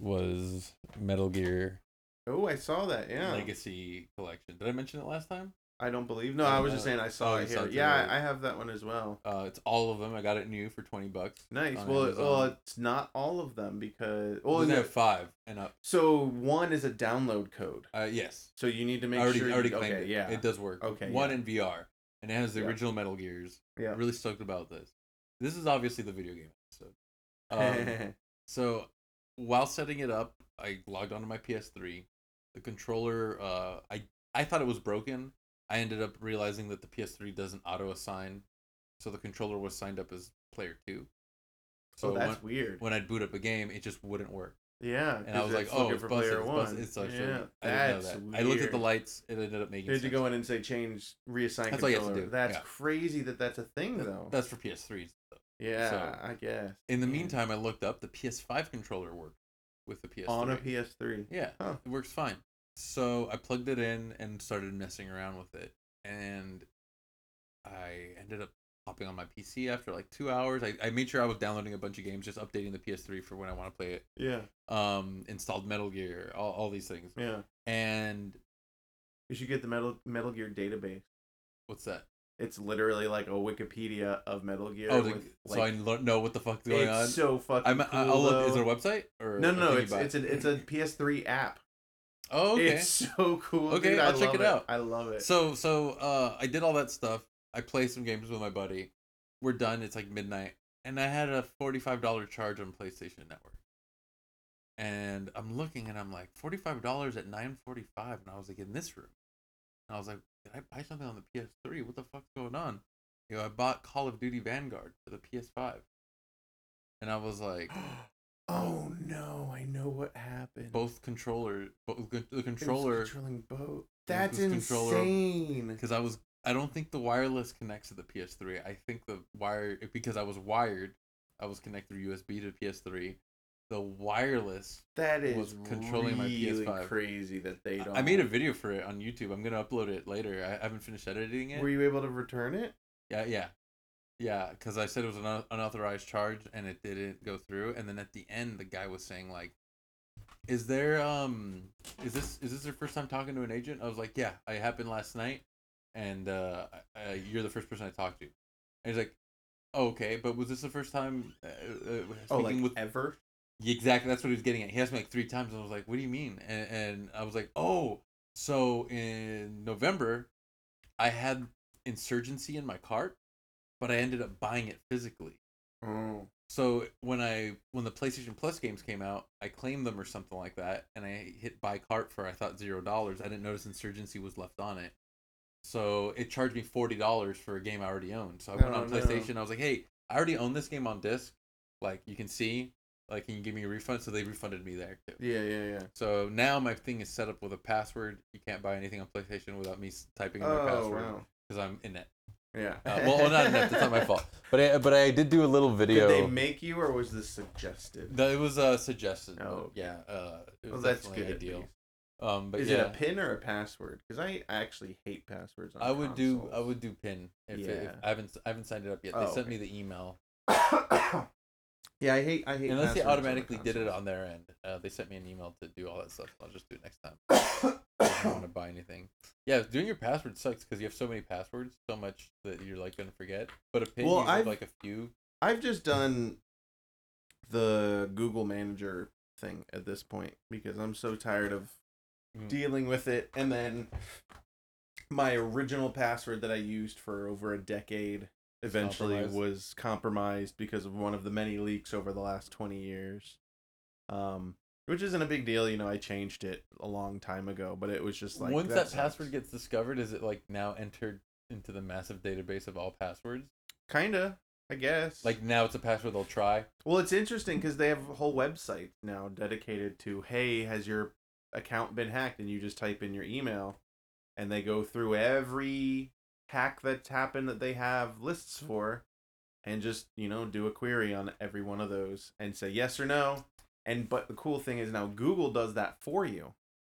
Speaker 2: was Metal Gear
Speaker 1: Oh, I saw that. Yeah.
Speaker 2: Legacy Collection. Did I mention it last time?
Speaker 1: I don't believe. No, I was just
Speaker 2: Uh,
Speaker 1: saying I saw
Speaker 2: oh, you
Speaker 1: it
Speaker 2: saw
Speaker 1: here.
Speaker 2: it
Speaker 1: Yeah,
Speaker 2: today.
Speaker 1: I I have that one as well.
Speaker 2: Uh, it's all of them. I got it new for twenty bucks.
Speaker 1: Nice.
Speaker 2: on
Speaker 1: Well, it- well,
Speaker 2: Amazon.
Speaker 1: it's not all of them because
Speaker 2: Well,
Speaker 1: well,
Speaker 2: then I
Speaker 1: no,
Speaker 2: have five and up.
Speaker 1: so one is a download code.
Speaker 2: Uh, yes,
Speaker 1: So you need to make
Speaker 2: I already
Speaker 1: sure. you-
Speaker 2: already claimed
Speaker 1: okay,
Speaker 2: it.
Speaker 1: Yeah.
Speaker 2: it does work.
Speaker 1: Okay,
Speaker 2: one
Speaker 1: yeah.
Speaker 2: in VR, and it has the
Speaker 1: Yeah.
Speaker 2: original Metal Gears.
Speaker 1: Yeah.
Speaker 2: really stoked about this. This is obviously the video game episode. Um, So while setting it up, I logged onto my PS3. The controller, uh, I I thought it was broken. I ended up realizing that the PS3 doesn't auto assign, so the controller was signed up as player two. So
Speaker 1: oh,
Speaker 2: when,
Speaker 1: that's weird.
Speaker 2: when I'd boot up a game, it just wouldn't work.
Speaker 1: yeah.
Speaker 2: And I
Speaker 1: 'cause
Speaker 2: was like,
Speaker 1: it's
Speaker 2: "Oh,
Speaker 1: looking
Speaker 2: it's busted, it's busted, it's actually,
Speaker 1: yeah.
Speaker 2: I didn't know
Speaker 1: That's
Speaker 2: that.
Speaker 1: weird.
Speaker 2: I looked at the lights. It ended up making
Speaker 1: You had to
Speaker 2: sense.
Speaker 1: go in and say change, reassign
Speaker 2: That's all you have to
Speaker 1: controller.
Speaker 2: do,
Speaker 1: That's
Speaker 2: yeah.
Speaker 1: crazy that that's a thing though.
Speaker 2: That's for PS3.
Speaker 1: yeah,
Speaker 2: so-
Speaker 1: I guess.
Speaker 2: In the
Speaker 1: Yeah.
Speaker 2: meantime, I looked up the PS5 controller worked with the PS3.
Speaker 1: on a PS3.
Speaker 2: Yeah,
Speaker 1: Huh.
Speaker 2: it works fine. So I plugged it in and started messing around with it, and I ended up hopping on my PC after like two hours. I, I made sure I was downloading a bunch of games, just updating the PS3 for when I want to play it.
Speaker 1: Yeah,
Speaker 2: Um, installed Metal Gear, all, all these things,
Speaker 1: yeah.
Speaker 2: and
Speaker 1: You should get the Metal Metal Gear database.
Speaker 2: what's that?
Speaker 1: It's literally like a Wikipedia of Metal Gear.
Speaker 2: oh, the-
Speaker 1: with,
Speaker 2: so I
Speaker 1: like,
Speaker 2: lear- know what the fuck's going
Speaker 1: it's
Speaker 2: on.
Speaker 1: so fucking.
Speaker 2: I'm,
Speaker 1: cool,
Speaker 2: I'll look. Is
Speaker 1: though.
Speaker 2: there a website or
Speaker 1: no,
Speaker 2: a
Speaker 1: no, no.
Speaker 2: thingy
Speaker 1: It's
Speaker 2: bot?
Speaker 1: it's a it's a PS3 app.
Speaker 2: Oh, okay.
Speaker 1: It's so cool.
Speaker 2: Okay,
Speaker 1: dude. I
Speaker 2: I'll check
Speaker 1: love
Speaker 2: it out.
Speaker 1: I love it.
Speaker 2: So so uh I did all that stuff. I played some games with my buddy. We're done. It's like midnight. And I had a $45 charge on PlayStation Network. And I'm looking and I'm like $45 at 9:45 and I was like in this room. And I was like, did I buy something on the PS3? What the fuck's going on? You know, I bought Call of Duty Vanguard for the PS5. And I was like,
Speaker 1: oh no, I know what happened.
Speaker 2: both controller, both the- the
Speaker 1: It was
Speaker 2: controller
Speaker 1: controlling both.
Speaker 2: It
Speaker 1: That's
Speaker 2: was controller-
Speaker 1: insane.
Speaker 2: because I was I don't think the wireless connects to the PS3. I think the wire because I was wired, I was connected through USB to PS3. The wireless.
Speaker 1: That is
Speaker 2: was controlling my
Speaker 1: really
Speaker 2: PS5.
Speaker 1: crazy that they don't.
Speaker 2: I made a video for it on YouTube. I'm gonna upload it later. I haven't finished editing it.
Speaker 1: Were you able to return it?
Speaker 2: yeah, yeah, yeah. Because I said it was an un- unauthorized charge and it didn't go through. And then at the end, the guy was saying like, "Is there um is this is this your first time talking to an agent?" I was like, "Yeah, I happened last night, and uh, uh you're the first person I talked to." And he's like, oh, "Okay, but was this the first time uh, uh, speaking
Speaker 1: Oh, like
Speaker 2: with?"
Speaker 1: ever?
Speaker 2: Yeah, Exactly, that's what he was getting at. He asked me like three times, and I was like, "What do you mean?" And, and I was like, "Oh, so in November, I had Insurgency in my cart, but I ended up buying it physically.
Speaker 1: Oh,
Speaker 2: So when I when the PlayStation Plus games came out, I claimed them or something like that, and I hit buy cart for I thought zero dollars. I didn't notice Insurgency was left on it, so it charged me forty dollars for a game I already owned. So I went
Speaker 1: Oh,
Speaker 2: on
Speaker 1: no.
Speaker 2: PlayStation. I was like, hey, I already own this game on disc. Like you can see, like can you give me a refund? So they refunded me there too.
Speaker 1: yeah, yeah, yeah.
Speaker 2: So now my thing is set up with a password. You can't buy anything on PlayStation without me s- typing in my
Speaker 1: Oh
Speaker 2: password
Speaker 1: wow.
Speaker 2: because I'm in it.
Speaker 1: Yeah.
Speaker 2: Uh, well, well, not in it. That's not my fault. But I, but I did do a little video.
Speaker 1: Did they make you, or was this suggested?
Speaker 2: No, it was uh, suggested.
Speaker 1: Oh,
Speaker 2: Oh, yeah. Uh, it
Speaker 1: well,
Speaker 2: was
Speaker 1: that's
Speaker 2: definitely
Speaker 1: good. at
Speaker 2: Ideal.
Speaker 1: least.
Speaker 2: Um, but
Speaker 1: Is
Speaker 2: yeah,
Speaker 1: it a pin or a password? Because I actually hate passwords. On
Speaker 2: I would do. I
Speaker 1: consoles.
Speaker 2: would do pin. If, it- if
Speaker 1: Yeah.
Speaker 2: I haven't, I haven't signed it up yet.
Speaker 1: Oh,
Speaker 2: they sent
Speaker 1: okay.
Speaker 2: me the email.
Speaker 1: yeah, I hate. I hate.
Speaker 2: Unless they
Speaker 1: passwords on the
Speaker 2: automatically did it
Speaker 1: consoles.
Speaker 2: on their end. Uh, they sent me an email to do all that stuff. I'll just do it next time. I don't want to buy anything. Yeah, doing your password sucks because you have so many passwords, so much that you're like gonna forget. But a pin,
Speaker 1: Well,
Speaker 2: you have
Speaker 1: I've-
Speaker 2: like a few.
Speaker 1: I've just done the Google Manager thing at this point because I'm so tired of
Speaker 2: Mm.
Speaker 1: dealing with it. And then my original password that I used for over a decade eventually
Speaker 2: Compromised.
Speaker 1: was compromised because of one of the many leaks over the last 20 years. Um, which isn't a big deal, you know. I changed it a long time ago, but it was just like
Speaker 2: Once that,
Speaker 1: sucks.
Speaker 2: password gets discovered, is it like now entered into the massive database of all passwords?
Speaker 1: kinda, I guess.
Speaker 2: Like now it's a password they'll try.
Speaker 1: Well, it's interesting because they have a whole website now dedicated to, hey, has your account been hacked? And you just type in your email, and they go through every hack that's happened that they have
Speaker 2: Hmm.
Speaker 1: lists for, and just you know do a query on every one of those and say yes or no. And but the cool thing is now Google does that for you.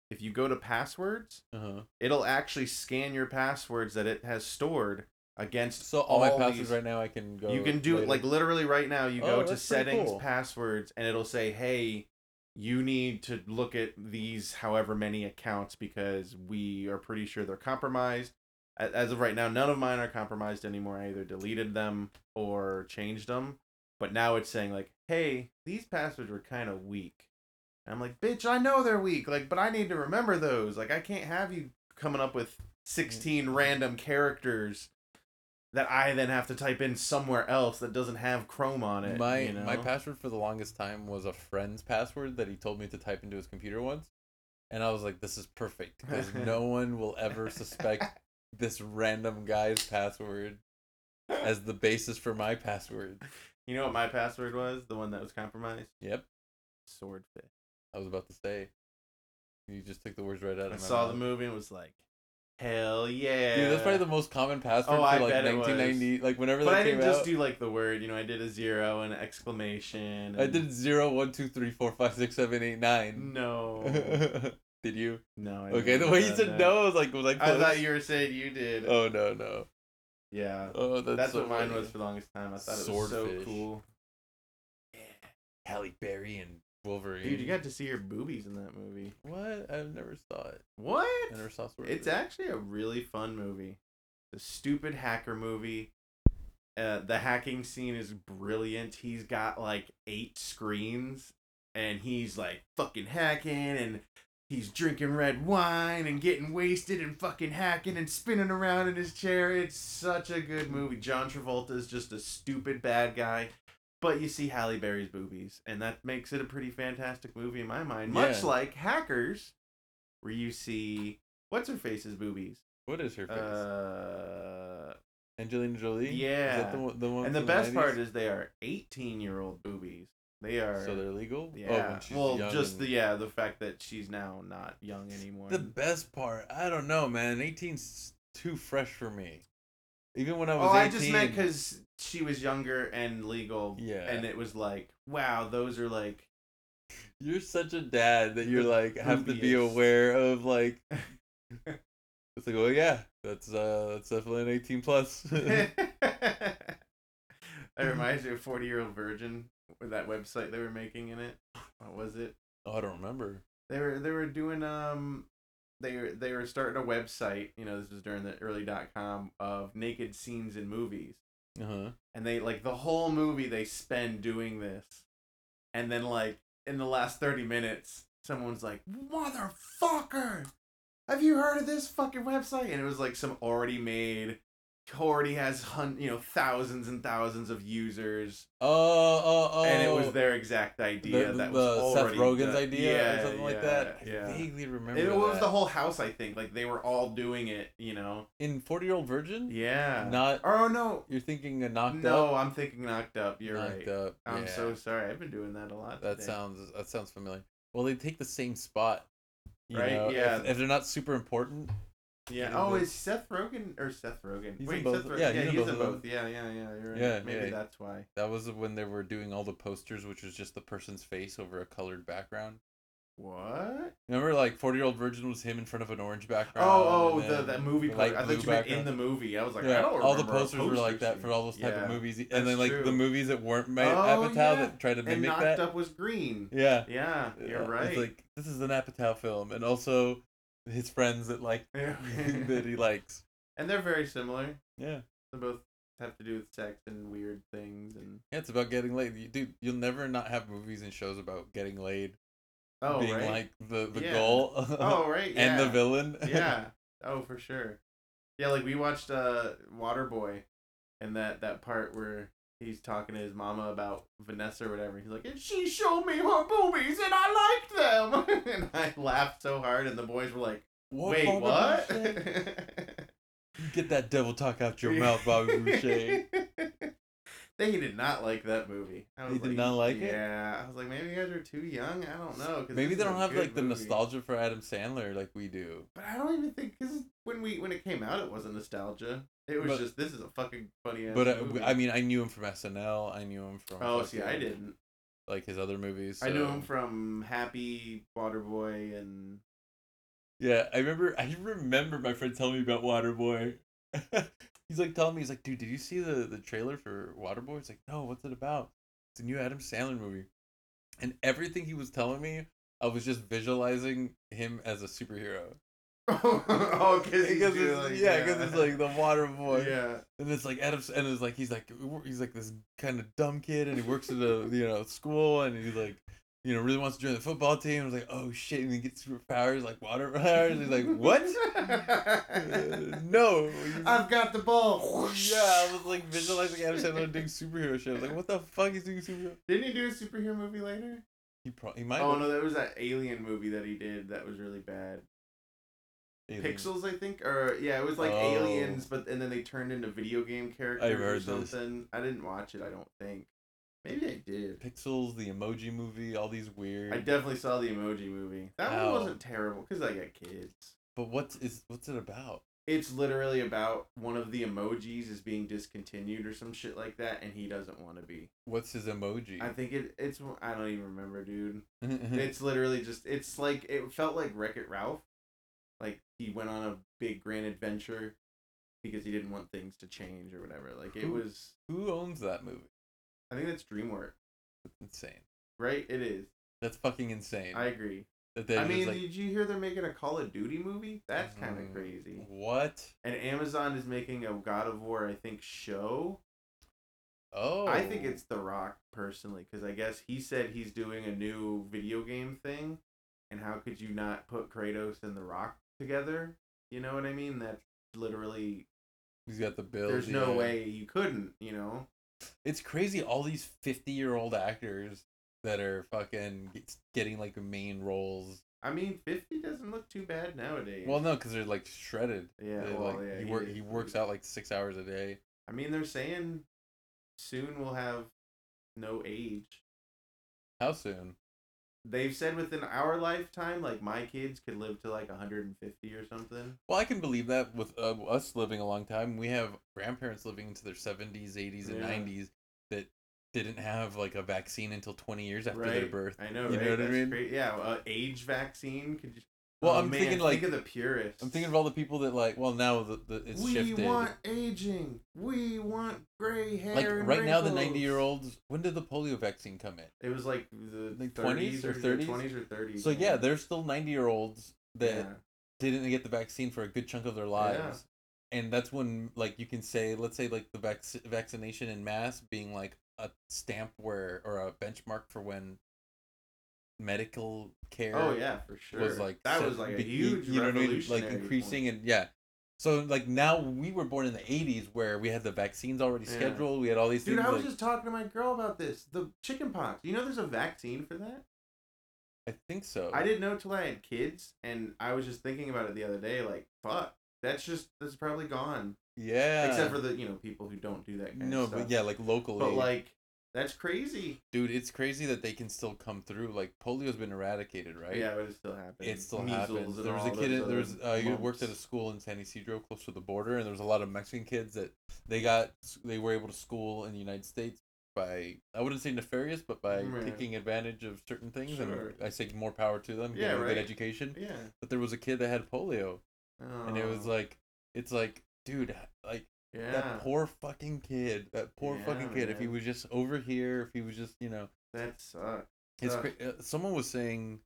Speaker 1: If you go to passwords,
Speaker 2: Uh huh.
Speaker 1: it'll actually scan your passwords that it has stored against
Speaker 2: So all, my passwords
Speaker 1: these-
Speaker 2: right now, I can go.
Speaker 1: you can do
Speaker 2: later.
Speaker 1: it like literally right now. You
Speaker 2: Oh,
Speaker 1: go to
Speaker 2: that's pretty
Speaker 1: settings,
Speaker 2: cool.
Speaker 1: passwords, and it'll say, "Hey, you need to look at these however many accounts because we are pretty sure they're compromised." A- As of right now, none of mine are compromised anymore. I either deleted them or changed them. But now it's saying like, "Hey, these passwords were kind of weak." And I'm like, "Bitch, I know they're weak. Like, but I need to remember those. Like, I can't have you coming up with
Speaker 2: Mm.
Speaker 1: 16 random characters that I then have to type in somewhere else that doesn't have Chrome on it.
Speaker 2: my
Speaker 1: you know?
Speaker 2: my password for the longest time was a friend's password that he told me to type into his computer once, and I was like, "This is perfect because no one will ever suspect this random guy's password as the basis for my password."
Speaker 1: You know what my password was? The one that was compromised?
Speaker 2: Yep,
Speaker 1: Swordfish.
Speaker 2: I was about to say. You just took the words right out of
Speaker 1: I
Speaker 2: my
Speaker 1: saw the
Speaker 2: mouth.
Speaker 1: movie and was like, hell yeah.
Speaker 2: Dude, that's probably the most common password
Speaker 1: Oh,
Speaker 2: for
Speaker 1: I
Speaker 2: like
Speaker 1: bet it was.
Speaker 2: 1990. Like whenever
Speaker 1: But
Speaker 2: that
Speaker 1: I
Speaker 2: came
Speaker 1: didn't just
Speaker 2: out,
Speaker 1: do like the word, you know, I did a zero and an exclamation.
Speaker 2: I
Speaker 1: and-
Speaker 2: did zero, one, two, three, four, five, six, seven, eight, nine.
Speaker 1: No.
Speaker 2: Did you?
Speaker 1: No. I
Speaker 2: Okay,
Speaker 1: didn't
Speaker 2: the
Speaker 1: do
Speaker 2: way you
Speaker 1: that,
Speaker 2: said no, I was like, was I
Speaker 1: I
Speaker 2: close?
Speaker 1: thought you were saying you did.
Speaker 2: Oh no no.
Speaker 1: Yeah.
Speaker 2: Oh, that's,
Speaker 1: That's,
Speaker 2: so
Speaker 1: what mine
Speaker 2: funny.
Speaker 1: was for the longest time. I thought it was so
Speaker 2: Swordfish.
Speaker 1: cool.
Speaker 2: Halle Berry and Wolverine.
Speaker 1: Dude, you got to see your boobies in that movie.
Speaker 2: what? I never saw it.
Speaker 1: What?
Speaker 2: I never saw Swordfish.
Speaker 1: It's actually a really fun movie. The stupid hacker movie. Uh, the hacking scene is brilliant. He's got like eight screens, and he's like fucking hacking, and he's drinking red wine and getting wasted and fucking hacking and spinning around in his chair. It's such a good movie. John Travolta is just a stupid bad guy, but you see Halle Berry's boobies, and that makes it a pretty fantastic movie in my mind. Much
Speaker 2: Yeah.
Speaker 1: like Hackers, where you see what's her face's boobies.
Speaker 2: What is her face?
Speaker 1: Uh,
Speaker 2: Angelina Jolie. Is
Speaker 1: yeah.
Speaker 2: that the one? The one
Speaker 1: and the
Speaker 2: from
Speaker 1: best part
Speaker 2: 90s?
Speaker 1: is they are 18 year old boobies. They are.
Speaker 2: so they're legal.
Speaker 1: yeah.
Speaker 2: Oh, when she's
Speaker 1: well,
Speaker 2: young
Speaker 1: just
Speaker 2: and-
Speaker 1: the yeah the fact that she's now not young anymore.
Speaker 2: The best part, I don't know, man. 18's too fresh for me. Even when I was
Speaker 1: Oh,
Speaker 2: 18.
Speaker 1: I just meant because she was younger and legal,
Speaker 2: Yeah.
Speaker 1: and it was like, wow, those are like,
Speaker 2: You're such a dad that you're
Speaker 1: The
Speaker 2: like have to be
Speaker 1: boobiest.
Speaker 2: aware of like. it's like, oh yeah, that's uh, that's definitely an 18 plus. Oh,
Speaker 1: that reminds me of Forty Year Old Virgin with that website they were making in it. What was it?
Speaker 2: oh, I don't remember.
Speaker 1: They were they were doing um, they were they were starting a website. You know, this was during the early dot com of naked scenes in movies.
Speaker 2: Uh huh.
Speaker 1: and they like the whole movie they spend doing this and then like in the last 30 minutes someone's like motherfucker have you heard of this fucking website and it was like some already made already has hun- you know thousands and thousands of users
Speaker 2: Oh, oh, oh.
Speaker 1: and it was their exact idea
Speaker 2: the,
Speaker 1: that
Speaker 2: the
Speaker 1: was
Speaker 2: Seth
Speaker 1: already
Speaker 2: Rogen's
Speaker 1: done.
Speaker 2: idea
Speaker 1: yeah,
Speaker 2: or something like
Speaker 1: yeah,
Speaker 2: that. I
Speaker 1: yeah
Speaker 2: vaguely remember.
Speaker 1: it was
Speaker 2: that.
Speaker 1: the whole house i think like they were all doing it you know
Speaker 2: in 40 Year Old Virgin.
Speaker 1: yeah
Speaker 2: Not
Speaker 1: oh no
Speaker 2: you're thinking a knocked
Speaker 1: no
Speaker 2: up.
Speaker 1: i'm thinking knocked up you're
Speaker 2: knocked
Speaker 1: right
Speaker 2: up.
Speaker 1: I'm
Speaker 2: yeah.
Speaker 1: so sorry. I've been doing that a lot.
Speaker 2: That
Speaker 1: today.
Speaker 2: sounds that sounds familiar. Well, they take the same spot, you
Speaker 1: Right,
Speaker 2: know, if-
Speaker 1: yeah.
Speaker 2: If, they're not super important,
Speaker 1: Yeah.
Speaker 2: He's in
Speaker 1: Oh,
Speaker 2: both.
Speaker 1: is Seth Rogen or Seth Rogen?
Speaker 2: He's in
Speaker 1: Wait,
Speaker 2: both-
Speaker 1: Seth Rogen.
Speaker 2: yeah,
Speaker 1: Yeah,
Speaker 2: he's in
Speaker 1: he's
Speaker 2: both
Speaker 1: in
Speaker 2: of them.
Speaker 1: both. Yeah, yeah, yeah. You're right.
Speaker 2: Yeah,
Speaker 1: Maybe
Speaker 2: yeah.
Speaker 1: that's why.
Speaker 2: that was when they were doing all the posters, which was just the person's face over a colored background.
Speaker 1: What?
Speaker 2: Remember, like Forty Year Old Virgin was him in front of an orange background.
Speaker 1: Oh, oh,
Speaker 2: and
Speaker 1: the
Speaker 2: then
Speaker 1: that movie.
Speaker 2: the
Speaker 1: Part.
Speaker 2: light
Speaker 1: I
Speaker 2: blue
Speaker 1: thought you meant in
Speaker 2: background.
Speaker 1: the movie. I was like, I
Speaker 2: yeah,
Speaker 1: don't
Speaker 2: all the
Speaker 1: remember a
Speaker 2: posters were like
Speaker 1: poster
Speaker 2: that for all those type
Speaker 1: Yeah,
Speaker 2: of movies, and
Speaker 1: that's
Speaker 2: then like
Speaker 1: true.
Speaker 2: the movies that weren't made
Speaker 1: Oh,
Speaker 2: Apatow
Speaker 1: yeah.
Speaker 2: that tried to
Speaker 1: And
Speaker 2: mimic
Speaker 1: knocked
Speaker 2: that.
Speaker 1: up was green.
Speaker 2: Yeah,
Speaker 1: Yeah, you're
Speaker 2: Yeah,
Speaker 1: right.
Speaker 2: It's like this is an Apatow film, and also his friends that like that he likes.
Speaker 1: and they're very similar.
Speaker 2: Yeah.
Speaker 1: They both have to do with sex and weird things and
Speaker 2: Yeah, it's about getting laid. You, dude, you'll never not have movies and shows about getting laid
Speaker 1: oh
Speaker 2: being
Speaker 1: right
Speaker 2: like the, the
Speaker 1: Yeah.
Speaker 2: goal
Speaker 1: oh right yeah.
Speaker 2: and the villain.
Speaker 1: yeah. Oh, for sure. Yeah, like we watched uh Waterboy and that that part where he's talking to his mama about Vanessa or whatever. He's like, and she showed me her boobies and I liked them and I laughed so hard and the boys were like,
Speaker 2: What
Speaker 1: Wait,
Speaker 2: Bobby
Speaker 1: what?
Speaker 2: Boucher? You Get that devil talk out your mouth, Bobby Boucher.
Speaker 1: They did not like that movie. I
Speaker 2: They did not like it?
Speaker 1: Yeah, I was like, maybe you guys are too young. I don't know. 'cause
Speaker 2: Maybe they
Speaker 1: this is a
Speaker 2: don't have
Speaker 1: good
Speaker 2: like the
Speaker 1: movie.
Speaker 2: nostalgia for Adam Sandler like we do.
Speaker 1: But I don't even think because when we when it came out, it wasn't nostalgia. It was
Speaker 2: But-
Speaker 1: just this is a fucking funny ass.
Speaker 2: But uh,
Speaker 1: movie.
Speaker 2: I mean, I knew him from SNL. I knew him from.
Speaker 1: oh, see, I
Speaker 2: fucking,
Speaker 1: didn't.
Speaker 2: like his other movies.
Speaker 1: I knew
Speaker 2: so-
Speaker 1: him from Happy Waterboy and
Speaker 2: Yeah, I remember. I remember my friend telling me about Waterboy. he's like telling me, he's like, dude, did you see the the trailer for Waterboy? It's like, no, what's it about? It's a new Adam Sandler movie, and everything he was telling me, I was just visualizing him as a superhero.
Speaker 1: oh, because
Speaker 2: Because it's- yeah, because it's like the Waterboy,
Speaker 1: yeah,
Speaker 2: and it's like Adam, and it's like he's like he's like this kind of dumb kid, and he works at a you know school, and he's like. You know, really wants to join the football team. I was like, oh shit, and he gets superpowers like water powers. He's like, what? Uh, no.
Speaker 1: I've got the ball.
Speaker 2: yeah, I was like visualizing Adam Sandler doing superhero shit. I was like, what the fuck is doing superhero?
Speaker 1: Didn't he do a superhero movie later?
Speaker 2: He probably he might.
Speaker 1: Oh
Speaker 2: have
Speaker 1: no, there was that alien movie that he did that was really bad.
Speaker 2: alien.
Speaker 1: Pixels, I think, or yeah, it was like
Speaker 2: Oh.
Speaker 1: aliens, but and then they turned into video game characters
Speaker 2: I've
Speaker 1: or
Speaker 2: heard this.
Speaker 1: something. I didn't watch it. I don't think. Maybe I did.
Speaker 2: Pixels, the Emoji Movie, all these weird.
Speaker 1: I definitely saw the Emoji Movie. That
Speaker 2: Ow.
Speaker 1: one wasn't terrible because I got kids.
Speaker 2: but what's is what's it about?
Speaker 1: It's literally about one of the emojis is being discontinued or some shit like that, and he doesn't want to be.
Speaker 2: What's his emoji?
Speaker 1: I think it. It's I don't even remember, dude. It's literally just. It's like it felt like Wreck It Ralph. Like he went on a big grand adventure because he didn't want things to change or whatever. Like it
Speaker 2: Who-
Speaker 1: was.
Speaker 2: Who owns that movie?
Speaker 1: I think that's DreamWorks,
Speaker 2: Insane.
Speaker 1: right? It is.
Speaker 2: That's fucking insane.
Speaker 1: I agree.
Speaker 2: that they're
Speaker 1: I
Speaker 2: just
Speaker 1: mean,
Speaker 2: like,
Speaker 1: did you hear they're making a Call of Duty movie? That's kind of
Speaker 2: mm,
Speaker 1: crazy.
Speaker 2: What?
Speaker 1: And Amazon is making a God of War, I think, show.
Speaker 2: Oh.
Speaker 1: I think it's The Rock personally, because I guess he said he's doing a new video game thing, and how could you not put Kratos and the Rock together? You know what I mean? That's literally
Speaker 2: He's got the build.
Speaker 1: there's no
Speaker 2: yeah.
Speaker 1: way you couldn't. You know,
Speaker 2: It's crazy. All these fifty-year-old actors that are fucking g- getting like main roles.
Speaker 1: I mean, fifty doesn't look too bad nowadays.
Speaker 2: Well, no, because they're like shredded.
Speaker 1: yeah,
Speaker 2: They,
Speaker 1: well,
Speaker 2: like,
Speaker 1: yeah.
Speaker 2: he, wor-
Speaker 1: is
Speaker 2: he works
Speaker 1: pretty-
Speaker 2: out like six hours a day.
Speaker 1: I mean, they're saying soon we'll have no age.
Speaker 2: How soon?
Speaker 1: They've said within our lifetime, like my kids could live to like 150 or something.
Speaker 2: Well, I can believe that with uh, us living a long time, we have grandparents living into their seventies, eighties, and
Speaker 1: Yeah.
Speaker 2: nineties that didn't have like a vaccine until twenty years after their
Speaker 1: Right.
Speaker 2: birth.
Speaker 1: I know,
Speaker 2: You
Speaker 1: right?
Speaker 2: know what I
Speaker 1: That's
Speaker 2: mean?
Speaker 1: great. Yeah, uh, age vaccine could. Just,
Speaker 2: Well,
Speaker 1: Oh,
Speaker 2: I'm
Speaker 1: man,
Speaker 2: thinking like
Speaker 1: think of the purists.
Speaker 2: I'm thinking of all the people that like. Well, now the, the it's
Speaker 1: we
Speaker 2: shifted.
Speaker 1: want aging. We want gray hair.
Speaker 2: like
Speaker 1: and
Speaker 2: right now, the
Speaker 1: wrinkles.
Speaker 2: 90 year olds. When did the polio vaccine come in?
Speaker 1: It was like the
Speaker 2: Like
Speaker 1: 20s
Speaker 2: 20s or 30s?
Speaker 1: 20s or 30s.
Speaker 2: So yeah, they're still 90 year olds that
Speaker 1: Yeah.
Speaker 2: didn't get the vaccine for a good chunk of their lives. And that's when like you can say let's say like the vac- vaccination in mass being like a stamp where or a benchmark for when medical care
Speaker 1: Oh yeah, for sure.
Speaker 2: was like
Speaker 1: that
Speaker 2: set-
Speaker 1: was like a
Speaker 2: be-
Speaker 1: huge
Speaker 2: you know what I mean?
Speaker 1: revolutionary
Speaker 2: like
Speaker 1: point.
Speaker 2: increasing and yeah. So like now we were born in the 80s where we had the vaccines already
Speaker 1: Yeah.
Speaker 2: scheduled, we had all these
Speaker 1: Dude,
Speaker 2: things
Speaker 1: I was
Speaker 2: like-
Speaker 1: just talking to my girl about this. The chicken pox. You know there's a vaccine for that?
Speaker 2: I think so.
Speaker 1: I didn't know till I had kids and I was just thinking about it the other day, like, fuck. That's just that's probably gone.
Speaker 2: yeah.
Speaker 1: Except for the, you know, people who don't do that kind
Speaker 2: no,
Speaker 1: of stuff.
Speaker 2: but yeah, like locally.
Speaker 1: But like that's crazy.
Speaker 2: Dude, it's crazy that they can still come through. Like polio's been eradicated, right?
Speaker 1: Yeah, but it still happens.
Speaker 2: It still
Speaker 1: Measles
Speaker 2: happens.
Speaker 1: and
Speaker 2: There was a
Speaker 1: all
Speaker 2: kid.
Speaker 1: those
Speaker 2: in- There was
Speaker 1: other
Speaker 2: uh, you
Speaker 1: mumps.
Speaker 2: worked at a school in San Isidro, close to the border, and there was a lot of Mexican kids that they got. They were able to school in the United States by I wouldn't say nefarious, but by
Speaker 1: Right.
Speaker 2: taking advantage of certain things.
Speaker 1: Sure.
Speaker 2: And I say more power to them. Yeah,
Speaker 1: Yeah, right.
Speaker 2: Good education.
Speaker 1: Yeah.
Speaker 2: But there was a kid that had polio, and it was
Speaker 1: Oh,
Speaker 2: like, it's like, dude, like
Speaker 1: yeah.
Speaker 2: that poor fucking kid. That poor
Speaker 1: Yeah,
Speaker 2: fucking kid. If he
Speaker 1: man.
Speaker 2: was just over here, if he was just, you know.
Speaker 1: that sucks.
Speaker 2: It's
Speaker 1: Ugh.
Speaker 2: cra- uh, someone was saying,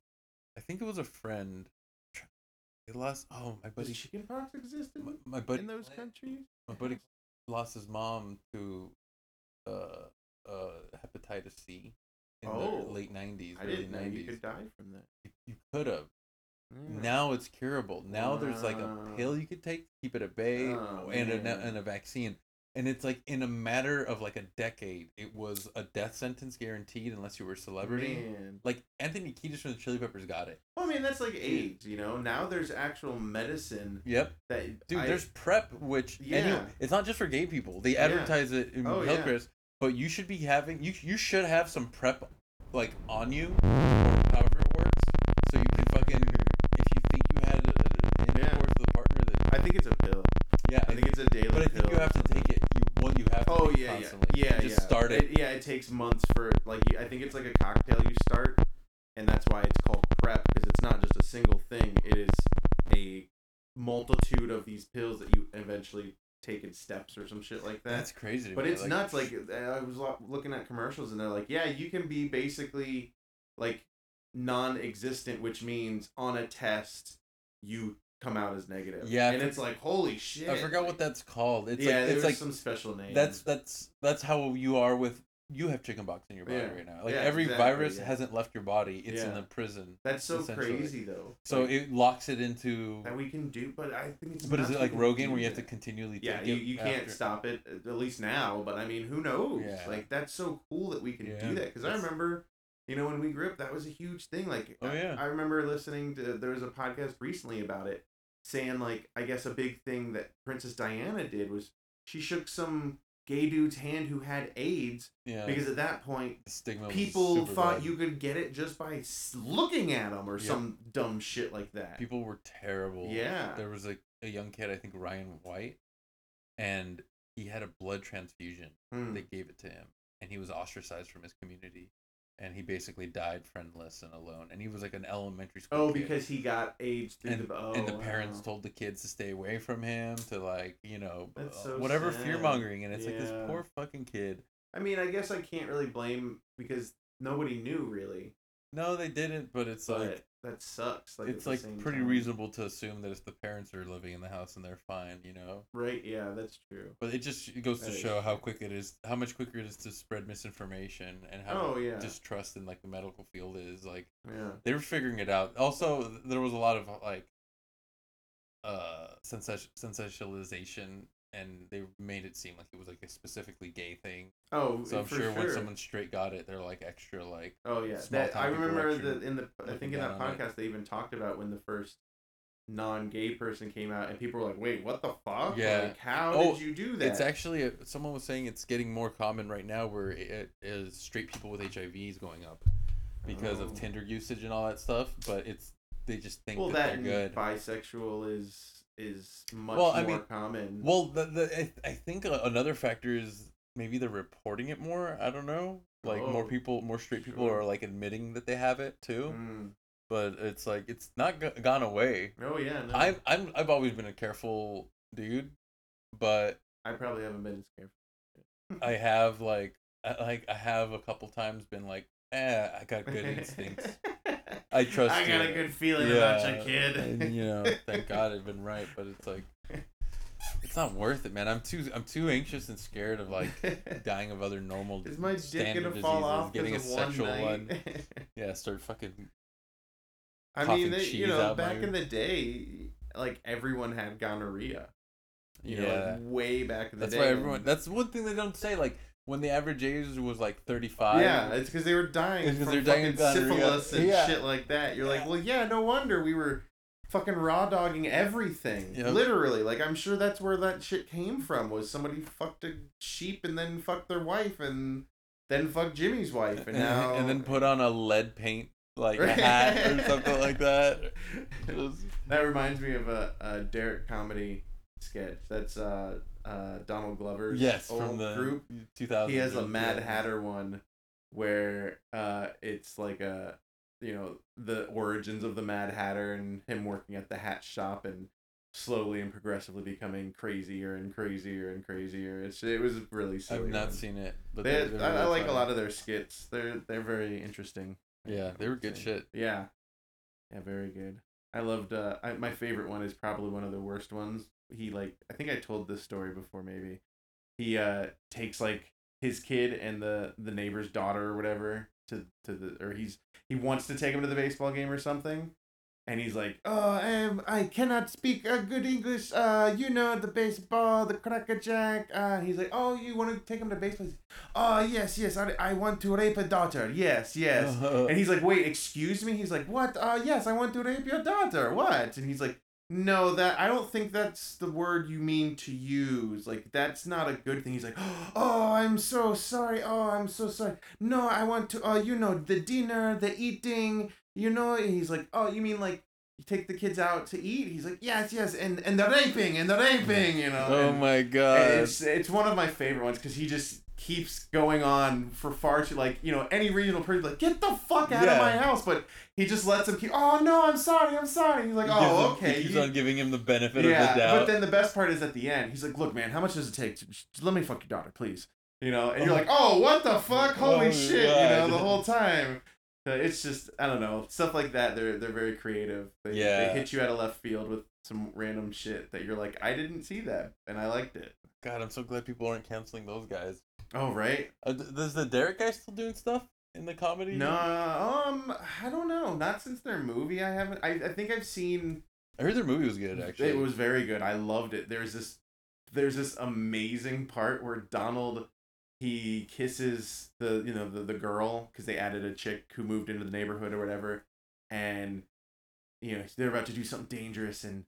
Speaker 2: I think it was a friend. tr- They lost. Oh, my
Speaker 1: Does
Speaker 2: buddy.
Speaker 1: chicken pox exist in,
Speaker 2: My, my buddy.
Speaker 1: in those countries?
Speaker 2: My buddy lost his mom to, uh, uh, hepatitis C. In
Speaker 1: Oh.
Speaker 2: the late nineties,
Speaker 1: I
Speaker 2: early
Speaker 1: didn't know you
Speaker 2: nineties.
Speaker 1: could die from that.
Speaker 2: You could have.
Speaker 1: Yeah.
Speaker 2: Now it's curable. Now there's like a
Speaker 1: Wow.
Speaker 2: pill you could take to keep it at bay,
Speaker 1: Oh,
Speaker 2: and a,
Speaker 1: man.
Speaker 2: and a vaccine. And it's like in a matter of like a decade, it was a death sentence guaranteed unless you were a celebrity.
Speaker 1: Man.
Speaker 2: Like Anthony Kiedis from the Chili Peppers got it.
Speaker 1: Well, I mean, that's like AIDS, you know? Now there's actual medicine
Speaker 2: Yep.
Speaker 1: that.
Speaker 2: Dude,
Speaker 1: I-
Speaker 2: there's prep, which
Speaker 1: Yeah.
Speaker 2: anyway, it's not just for gay people. They
Speaker 1: Yeah.
Speaker 2: advertise it in
Speaker 1: Oh,
Speaker 2: health
Speaker 1: yeah.
Speaker 2: risks, but you should be having you you should have some prep like on you, however it works, so you can fucking if you think you had an
Speaker 1: Yeah.
Speaker 2: intercourse with a partner that
Speaker 1: I think it's a pill.
Speaker 2: yeah,
Speaker 1: I think it's a daily
Speaker 2: but I
Speaker 1: pill.
Speaker 2: think you have to take it. You one you have to
Speaker 1: Oh
Speaker 2: take it
Speaker 1: yeah, yeah,
Speaker 2: constantly.
Speaker 1: yeah.
Speaker 2: just
Speaker 1: yeah.
Speaker 2: start it.
Speaker 1: Yeah, it takes months for like you, I think it's like a cocktail you start, and that's why it's called prep because it's not just a single thing. It is a multitude of these pills that you eventually take in steps or some shit like that.
Speaker 2: That's crazy. to
Speaker 1: But
Speaker 2: me,
Speaker 1: it's nuts. Like I was lo- looking at commercials, and they're like, "Yeah, you can be basically like non-existent, which means on a test you come out as negative."
Speaker 2: Yeah, I
Speaker 1: and
Speaker 2: for-
Speaker 1: it's like, holy shit!
Speaker 2: I forgot what
Speaker 1: Like,
Speaker 2: that's called. It's
Speaker 1: yeah,
Speaker 2: like
Speaker 1: there's
Speaker 2: it's like
Speaker 1: some special name.
Speaker 2: that's that's that's how you are with you have chickenpox in your body
Speaker 1: Yeah.
Speaker 2: right now. Like
Speaker 1: Yeah,
Speaker 2: every
Speaker 1: exactly,
Speaker 2: virus
Speaker 1: yeah.
Speaker 2: hasn't left your body; it's in
Speaker 1: Yeah.
Speaker 2: the prison.
Speaker 1: that's so
Speaker 2: essentially.
Speaker 1: crazy though.
Speaker 2: So
Speaker 1: Like,
Speaker 2: it locks it into.
Speaker 1: that we can do, but I think it's.
Speaker 2: But is
Speaker 1: nuts
Speaker 2: it
Speaker 1: we
Speaker 2: like
Speaker 1: can
Speaker 2: Rogan
Speaker 1: do
Speaker 2: where you have to
Speaker 1: that.
Speaker 2: continually?
Speaker 1: Yeah,
Speaker 2: take
Speaker 1: you,
Speaker 2: it
Speaker 1: you can't
Speaker 2: after-
Speaker 1: stop it at least now. But I mean, who knows?
Speaker 2: Yeah.
Speaker 1: Like that's so cool that we can
Speaker 2: Yeah,
Speaker 1: do that because I
Speaker 2: that's-
Speaker 1: remember, you know, when we grew up, that was a huge thing. Like,
Speaker 2: Oh,
Speaker 1: I-
Speaker 2: yeah.
Speaker 1: I, remember listening to there was a podcast recently about it, saying like I guess a big thing that Princess Diana did was she shook some gay dude's hand who had AIDS
Speaker 2: Yeah,
Speaker 1: because at that point
Speaker 2: the stigma. was
Speaker 1: people
Speaker 2: super
Speaker 1: thought
Speaker 2: bad.
Speaker 1: you could get it just by s- looking at them or
Speaker 2: Yeah.
Speaker 1: some dumb shit like that.
Speaker 2: People were terrible.
Speaker 1: yeah.
Speaker 2: There was a, a young kid, I think Ryan White, and he had a blood transfusion.
Speaker 1: Hmm.
Speaker 2: They gave it to him, and he was ostracized from his community, and he basically died friendless and alone. And he was like an elementary school.
Speaker 1: Oh,
Speaker 2: kid.
Speaker 1: because he got AIDS through the oh,
Speaker 2: and the
Speaker 1: wow.
Speaker 2: parents told the kids to stay away from him to like you know b-
Speaker 1: That's so
Speaker 2: whatever
Speaker 1: sad.
Speaker 2: fear mongering and it's like this
Speaker 1: Yeah.
Speaker 2: poor fucking kid
Speaker 1: I mean, I guess I can't really blame because nobody knew really.
Speaker 2: no they didn't but it's
Speaker 1: But
Speaker 2: like
Speaker 1: That sucks. Like, at
Speaker 2: it's
Speaker 1: the
Speaker 2: like
Speaker 1: same
Speaker 2: pretty
Speaker 1: time.
Speaker 2: reasonable to assume that if the parents are living in the house and they're fine, you know.
Speaker 1: Right? Yeah, that's true.
Speaker 2: But it just it goes to
Speaker 1: That is
Speaker 2: show how
Speaker 1: true.
Speaker 2: quick it is, how much quicker it is to spread misinformation and how
Speaker 1: Oh, yeah.
Speaker 2: distrust in like the medical field is. Like
Speaker 1: Yeah.
Speaker 2: they were figuring it out. Also, there was a lot of like uh sensation sensationalization, and they made it seem like it was like a specifically gay thing.
Speaker 1: Oh,
Speaker 2: So I'm
Speaker 1: for
Speaker 2: sure, when someone straight got it, they're like extra like
Speaker 1: Oh yeah,
Speaker 2: small
Speaker 1: that I
Speaker 2: town people
Speaker 1: remember
Speaker 2: actually
Speaker 1: that in the I
Speaker 2: looking
Speaker 1: think in that
Speaker 2: down on it.
Speaker 1: podcast they even talked about when the first non-gay person came out and people were like, "Wait, what the fuck?
Speaker 2: Yeah.
Speaker 1: Like, how
Speaker 2: Oh,
Speaker 1: did you do that?"
Speaker 2: It's actually a, someone was saying it's getting more common right now where it, it is straight people with HIV is going up because
Speaker 1: Oh.
Speaker 2: of Tinder usage and all that stuff. But it's they just think
Speaker 1: well,
Speaker 2: that,
Speaker 1: that and
Speaker 2: they're good.
Speaker 1: bisexual is is much
Speaker 2: Well,
Speaker 1: more
Speaker 2: I mean-
Speaker 1: common.
Speaker 2: Well, the, the I, I think a- another factor is maybe they're reporting it more. I don't know. Like more
Speaker 1: Oh,
Speaker 2: people, more straight people
Speaker 1: sure.
Speaker 2: are like admitting that they have it too.
Speaker 1: Mm.
Speaker 2: But it's like it's not go- gone away.
Speaker 1: Oh yeah, no,
Speaker 2: I'm I'm I've always been a careful dude, but
Speaker 1: I probably haven't been as careful.
Speaker 2: I have like I, like I have a couple times been like, eh, I got good instincts. I trust
Speaker 1: I got
Speaker 2: you.
Speaker 1: a good feeling about you, kid.
Speaker 2: And, you know, thank God I've been right, but it's like it's not worth it, man. I'm too I'm too anxious and scared of like dying of other normal
Speaker 1: is my dick
Speaker 2: standard
Speaker 1: gonna
Speaker 2: diseases,
Speaker 1: fall off?
Speaker 2: getting a
Speaker 1: because of one
Speaker 2: sexual
Speaker 1: night?
Speaker 2: one. Yeah, start fucking
Speaker 1: I
Speaker 2: coughing
Speaker 1: mean, they, you
Speaker 2: cheese
Speaker 1: know,
Speaker 2: out my-
Speaker 1: back in the day, like everyone had gonorrhea. You know,
Speaker 2: Yeah.
Speaker 1: like way back in the
Speaker 2: That's
Speaker 1: day.
Speaker 2: why everyone
Speaker 1: and-
Speaker 2: that's one thing they don't say, like when the average age was like thirty five.
Speaker 1: yeah, it's because they were dying
Speaker 2: It's 'cause
Speaker 1: from
Speaker 2: they're dying of
Speaker 1: fucking
Speaker 2: gonorrhea.
Speaker 1: syphilis and
Speaker 2: Yeah.
Speaker 1: shit like that. You're like, well, yeah, no wonder we were fucking raw dogging everything.
Speaker 2: Yep.
Speaker 1: Literally, like I'm sure that's where that shit came from. Was somebody fucked a sheep and then fucked their wife and then fucked Jimmy's wife
Speaker 2: and,
Speaker 1: and now
Speaker 2: and then put on a lead paint like a hat or something like that. It was-
Speaker 1: That reminds me of a, a Derek comedy sketch. That's uh, uh, Donald Glover's
Speaker 2: yes,
Speaker 1: old
Speaker 2: from the
Speaker 1: group.
Speaker 2: two thousand.
Speaker 1: He has a Mad Hatter one where uh, it's like a you know the origins of the Mad Hatter and him working at the hat shop and slowly and progressively becoming crazier and crazier and crazier. It's it was a really silly.
Speaker 2: I've not
Speaker 1: one.
Speaker 2: seen it, but
Speaker 1: They,
Speaker 2: they're- they're
Speaker 1: I, I
Speaker 2: really
Speaker 1: like a
Speaker 2: funny.
Speaker 1: lot of their skits. They're they're very interesting.
Speaker 2: Yeah, they were good shit.
Speaker 1: Yeah. Yeah, very good. I loved uh I, my favorite one is probably one of the worst ones. He like I think I told this story before maybe. He uh takes like his kid and the the neighbor's daughter or whatever to to the or he's he wants to take him to the baseball game or something. And he's like, "Oh, I am, I cannot speak uh, good English. Uh, you know the baseball, the crackerjack." Uh, he's like, "Oh, you want to take him to baseball?" He's, "Oh, yes, yes. I, I want to rape a daughter. Yes, yes." And he's like, wait, excuse me? He's like, what? Uh, yes, I want to rape your daughter. What? And he's like, no, that I don't think that's the word you mean to use. Like, that's not a good thing. He's like, oh, I'm so sorry. Oh, I'm so sorry. No, I want to. Oh, you know, the dinner, the eating. You know, and he's like, oh, you mean like you take the kids out to eat? He's like, yes, yes, and and the raping and the raping. You know.
Speaker 2: oh
Speaker 1: and-
Speaker 2: my
Speaker 1: and
Speaker 2: god.
Speaker 1: it's it's one of my favorite ones because he just keeps going on for far too like you know any reasonable person like get the fuck out
Speaker 2: Yeah.
Speaker 1: of my house, but he just lets him keep. Oh no, I'm sorry, I'm sorry. He's like,
Speaker 2: He gives him-
Speaker 1: oh okay.
Speaker 2: He keeps
Speaker 1: you-
Speaker 2: on giving him the benefit
Speaker 1: yeah,
Speaker 2: of the doubt.
Speaker 1: but then the best part is at the end. He's like, look, man, how much does it take? To, just let me fuck your daughter, please. You know, and you're like, oh, what the fuck? Holy
Speaker 2: Oh,
Speaker 1: shit!
Speaker 2: God.
Speaker 1: You know, the whole time. So it's just I don't know stuff like that. They're they're very creative. They,
Speaker 2: Yeah.
Speaker 1: they hit you out of left field with some random shit that you're like, I didn't see that, and I liked it.
Speaker 2: God, I'm so glad people aren't canceling those guys.
Speaker 1: Oh right.
Speaker 2: Uh, d- does the Derek guy still doing stuff in the comedy?
Speaker 1: No, um, I don't know. Not since their movie. I haven't. I, I think I've seen.
Speaker 2: I heard their movie was good actually.
Speaker 1: It was very good. I loved it. There's this, there's this amazing part where Donald, he kisses the you know the the girl because they added a chick who moved into the neighborhood or whatever, and, you know they're about to do something dangerous and,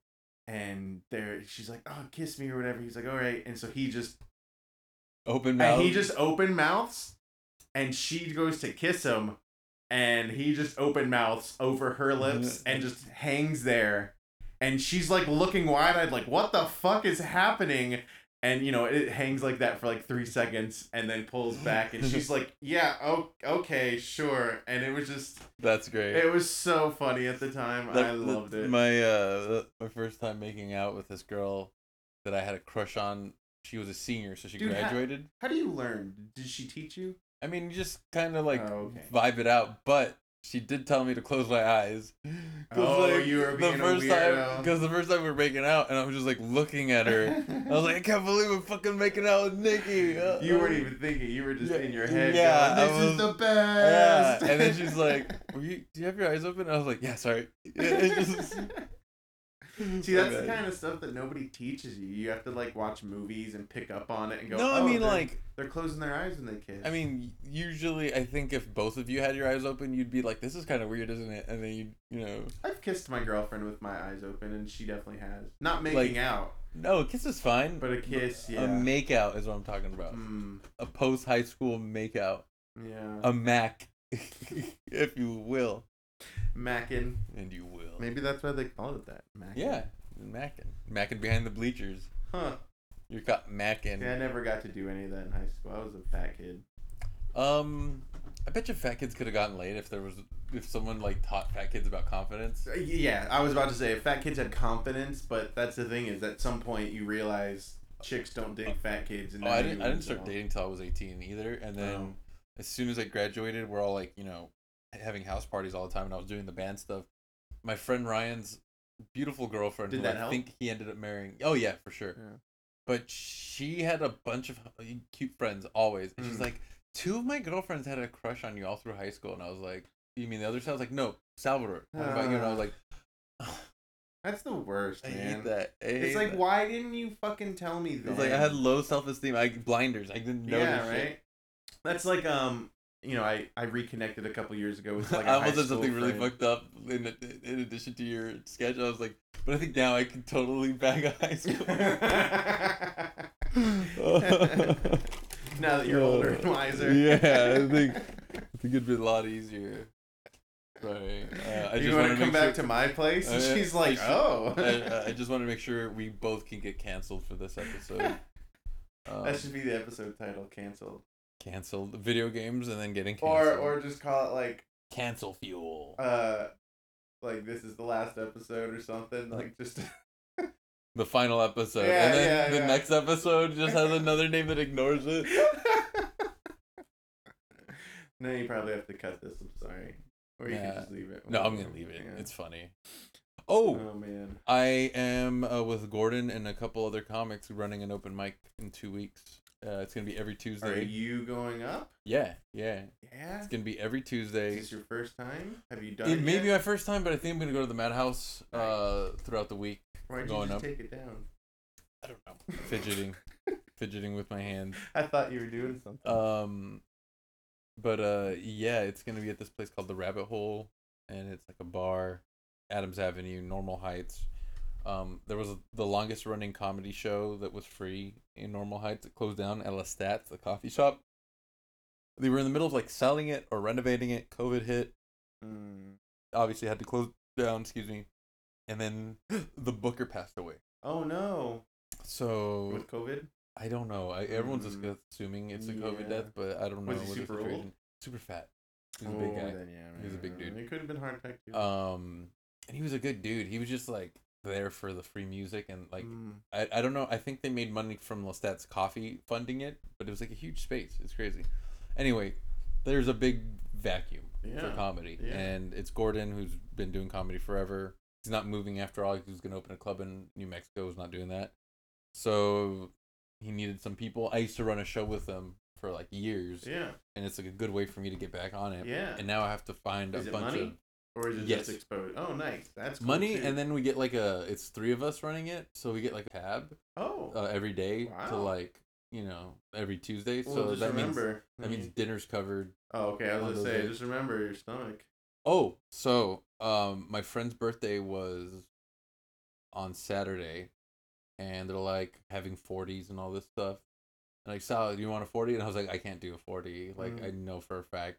Speaker 1: and there she's like oh kiss me or whatever he's like all right and so he just
Speaker 2: open mouth.
Speaker 1: and he just open mouths and she goes to kiss him and he just open mouths over her lips and just hangs there and she's like looking wide-eyed like what the fuck is happening and you know it hangs like that for like three seconds and then pulls back and she's like yeah oh okay sure and it was just
Speaker 2: That's great.
Speaker 1: it was so funny at the time
Speaker 2: That-
Speaker 1: i loved
Speaker 2: that-
Speaker 1: it
Speaker 2: My uh, that- my first time making out with this girl that I had a crush on. She was a senior, so she
Speaker 1: Dude, how-
Speaker 2: graduated.
Speaker 1: how do you learn did she teach you
Speaker 2: I mean, you just kind of like
Speaker 1: Oh, okay.
Speaker 2: vibe it out. But she did tell me to close my eyes. 'Cause,
Speaker 1: Oh, you were being a
Speaker 2: time,
Speaker 1: weirdo.
Speaker 2: because the first time we were making out, and I was just like looking at her. I was like, I can't believe I'm fucking making out with Nikki. Uh,
Speaker 1: you weren't
Speaker 2: uh."
Speaker 1: even thinking. You were just
Speaker 2: Yeah,
Speaker 1: in your head.
Speaker 2: yeah,
Speaker 1: going,
Speaker 2: I
Speaker 1: this is
Speaker 2: was-
Speaker 1: the best.
Speaker 2: Yeah. And then she's like, Were you, Do you have your eyes open? And I was like, Yeah, sorry. It's just-
Speaker 1: See, that's
Speaker 2: Okay.
Speaker 1: the kind of stuff that nobody teaches you. You have to like watch movies and pick up on it and go.
Speaker 2: No, I
Speaker 1: "Oh,
Speaker 2: mean,
Speaker 1: they're-
Speaker 2: like,
Speaker 1: they're closing their eyes when they kiss.
Speaker 2: I mean, usually I think if both of you had your eyes open, you'd be like, This is kind of weird, isn't it? And then you, you know,
Speaker 1: I've kissed my girlfriend with my eyes open, and she definitely has. Not making
Speaker 2: Like-
Speaker 1: out,
Speaker 2: No, a kiss is fine.
Speaker 1: but a kiss, yeah.
Speaker 2: A makeout is what I'm talking about.
Speaker 1: Mm,
Speaker 2: A post high school makeout.
Speaker 1: yeah.
Speaker 2: A Mac, if you will.
Speaker 1: Mackin.
Speaker 2: And you will.
Speaker 1: Maybe that's why they called it that. Mackin.
Speaker 2: Yeah, Mackin. Mackin behind the bleachers.
Speaker 1: Huh.
Speaker 2: You're caught Mackin.
Speaker 1: Yeah, I never got to do any of that in high school. I was a fat kid.
Speaker 2: Um, I bet you fat kids could have gotten laid if there was if someone like taught fat kids about confidence.
Speaker 1: Uh, Yeah, I was about to say if fat kids had confidence, but that's the thing is at some point you realize chicks don't dig fat kids. And
Speaker 2: Oh, I
Speaker 1: now
Speaker 2: didn't.
Speaker 1: you
Speaker 2: I didn't
Speaker 1: don't.
Speaker 2: start dating till I was 18 either. And then
Speaker 1: Oh.
Speaker 2: as soon as I graduated, we're all like, you know, having house parties all the time, and I was doing the band stuff. My friend Ryan's beautiful girlfriend,
Speaker 1: Did
Speaker 2: who
Speaker 1: that
Speaker 2: I
Speaker 1: help?
Speaker 2: think he ended up marrying. Oh yeah, for sure.
Speaker 1: Yeah.
Speaker 2: But she had a bunch of uh, cute friends always, and she's
Speaker 1: Mm.
Speaker 2: like, two of my girlfriends had a crush on you all through high school, and I was like, you mean the other side? I was like, no, Salvador. What about you? And I
Speaker 1: Ah.
Speaker 2: was like,
Speaker 1: That's the worst,
Speaker 2: I
Speaker 1: man.
Speaker 2: hate that. I hate
Speaker 1: It's like
Speaker 2: that.
Speaker 1: why didn't you fucking tell me that?
Speaker 2: It's like I had low self esteem. I blinders. I didn't know
Speaker 1: yeah,
Speaker 2: this
Speaker 1: right.
Speaker 2: shit.
Speaker 1: That's like um, you know, I I reconnected a couple years ago with like a
Speaker 2: I
Speaker 1: high
Speaker 2: almost did
Speaker 1: school
Speaker 2: something really
Speaker 1: friend.
Speaker 2: fucked up in, in addition to your sketch. I was like, but I think now I can totally bag a high school.
Speaker 1: now that you're older and
Speaker 2: Uh,
Speaker 1: wiser.
Speaker 2: yeah, I think- I think it'd be a lot easier. Sorry. Uh, I
Speaker 1: you
Speaker 2: just
Speaker 1: want
Speaker 2: wanted
Speaker 1: to
Speaker 2: to
Speaker 1: come
Speaker 2: make
Speaker 1: back
Speaker 2: sure-
Speaker 1: to my place? And
Speaker 2: Uh,
Speaker 1: she's like,
Speaker 2: I- uh,
Speaker 1: oh.
Speaker 2: I, I just want to make sure we both can get canceled for this episode. Um,
Speaker 1: that should be the episode title, canceled.
Speaker 2: canceled video games and then getting
Speaker 1: Or
Speaker 2: canceled.
Speaker 1: or just call it like
Speaker 2: cancel fuel.
Speaker 1: uh like this is the last episode or something. Like just
Speaker 2: the final episode,
Speaker 1: Yeah,
Speaker 2: and then
Speaker 1: yeah,
Speaker 2: the
Speaker 1: yeah.
Speaker 2: next episode just has another name that ignores it.
Speaker 1: No, you probably have to cut this, I'm sorry. Or you
Speaker 2: Nah.
Speaker 1: can just leave it.
Speaker 2: No, I'm gonna leave it.
Speaker 1: Yeah.
Speaker 2: It's funny. Oh,
Speaker 1: Oh man.
Speaker 2: I am uh, with Gordon and a couple other comics running an open mic in two weeks. Uh, it's gonna be every
Speaker 1: Are
Speaker 2: Tuesday.
Speaker 1: you going up?
Speaker 2: Yeah, yeah.
Speaker 1: Yeah.
Speaker 2: It's gonna be every
Speaker 1: Is
Speaker 2: Tuesday.
Speaker 1: this your first time? Have you done it?
Speaker 2: It may
Speaker 1: yet?
Speaker 2: be my first time, but I think I'm gonna go to the Madhouse uh, throughout the week.
Speaker 1: Why'd you
Speaker 2: going
Speaker 1: just
Speaker 2: up.
Speaker 1: take it down?
Speaker 2: I don't know. Fidgeting, fidgeting with my hands.
Speaker 1: I thought you were doing something.
Speaker 2: Um, but uh, yeah, it's gonna be at this place called the Rabbit Hole, and it's like a bar, Adams Avenue, Normal Heights. Um, there was the longest running comedy show that was free in Normal Heights. It closed down at La Stats, the coffee shop. They were in the middle of like selling it or renovating it. COVID hit.
Speaker 1: Mm.
Speaker 2: Obviously, had to close down. Excuse me. And then the Booker passed away.
Speaker 1: Oh no.
Speaker 2: So
Speaker 1: With COVID?
Speaker 2: I don't know. I, everyone's just
Speaker 1: Mm.
Speaker 2: assuming it's a COVID
Speaker 1: Yeah.
Speaker 2: death, but I don't know.
Speaker 1: Was he
Speaker 2: what the
Speaker 1: super old?
Speaker 2: situation- Super fat. He was a big
Speaker 1: Oh,
Speaker 2: guy.
Speaker 1: Then, yeah,
Speaker 2: He was a big
Speaker 1: man.
Speaker 2: dude.
Speaker 1: It could have been heart attack too.
Speaker 2: Um, and he was a good dude. He was just like there for the free music and like
Speaker 1: Mm.
Speaker 2: I, I don't know. I think they made money from Lestat's coffee funding it, but it was like a huge space. It's crazy. Anyway, there's a big vacuum for
Speaker 1: Yeah,
Speaker 2: comedy,
Speaker 1: yeah.
Speaker 2: and it's Gordon who's been doing comedy forever. He's not moving after all. He was going to open a club in New Mexico. He's not doing that, so he needed some people. I used to run a show with him for like years,
Speaker 1: yeah,
Speaker 2: and it's like a good way for me to get back on it.
Speaker 1: yeah.
Speaker 2: And now I have to find
Speaker 1: Is
Speaker 2: a
Speaker 1: it
Speaker 2: bunch
Speaker 1: money?
Speaker 2: of
Speaker 1: or is it
Speaker 2: yes.
Speaker 1: just exposed? Oh, nice. That's cool,
Speaker 2: money,
Speaker 1: too.
Speaker 2: and then we get like a. It's three of us running it, so we get like a tab
Speaker 1: oh,
Speaker 2: uh, every day to
Speaker 1: Wow.
Speaker 2: like you know every Tuesday.
Speaker 1: well,
Speaker 2: so
Speaker 1: just
Speaker 2: that means
Speaker 1: remember. Hmm.
Speaker 2: that means dinner's covered.
Speaker 1: Oh, okay. I
Speaker 2: on
Speaker 1: was gonna
Speaker 2: those
Speaker 1: say,
Speaker 2: days.
Speaker 1: just remember your stomach.
Speaker 2: Oh, so um, my friend's birthday was on Saturday, and they're like having forties and all this stuff. And like, Sal, do you want a forty? And I was like, I can't do a forty. Like,
Speaker 1: Mm.
Speaker 2: I know for a fact.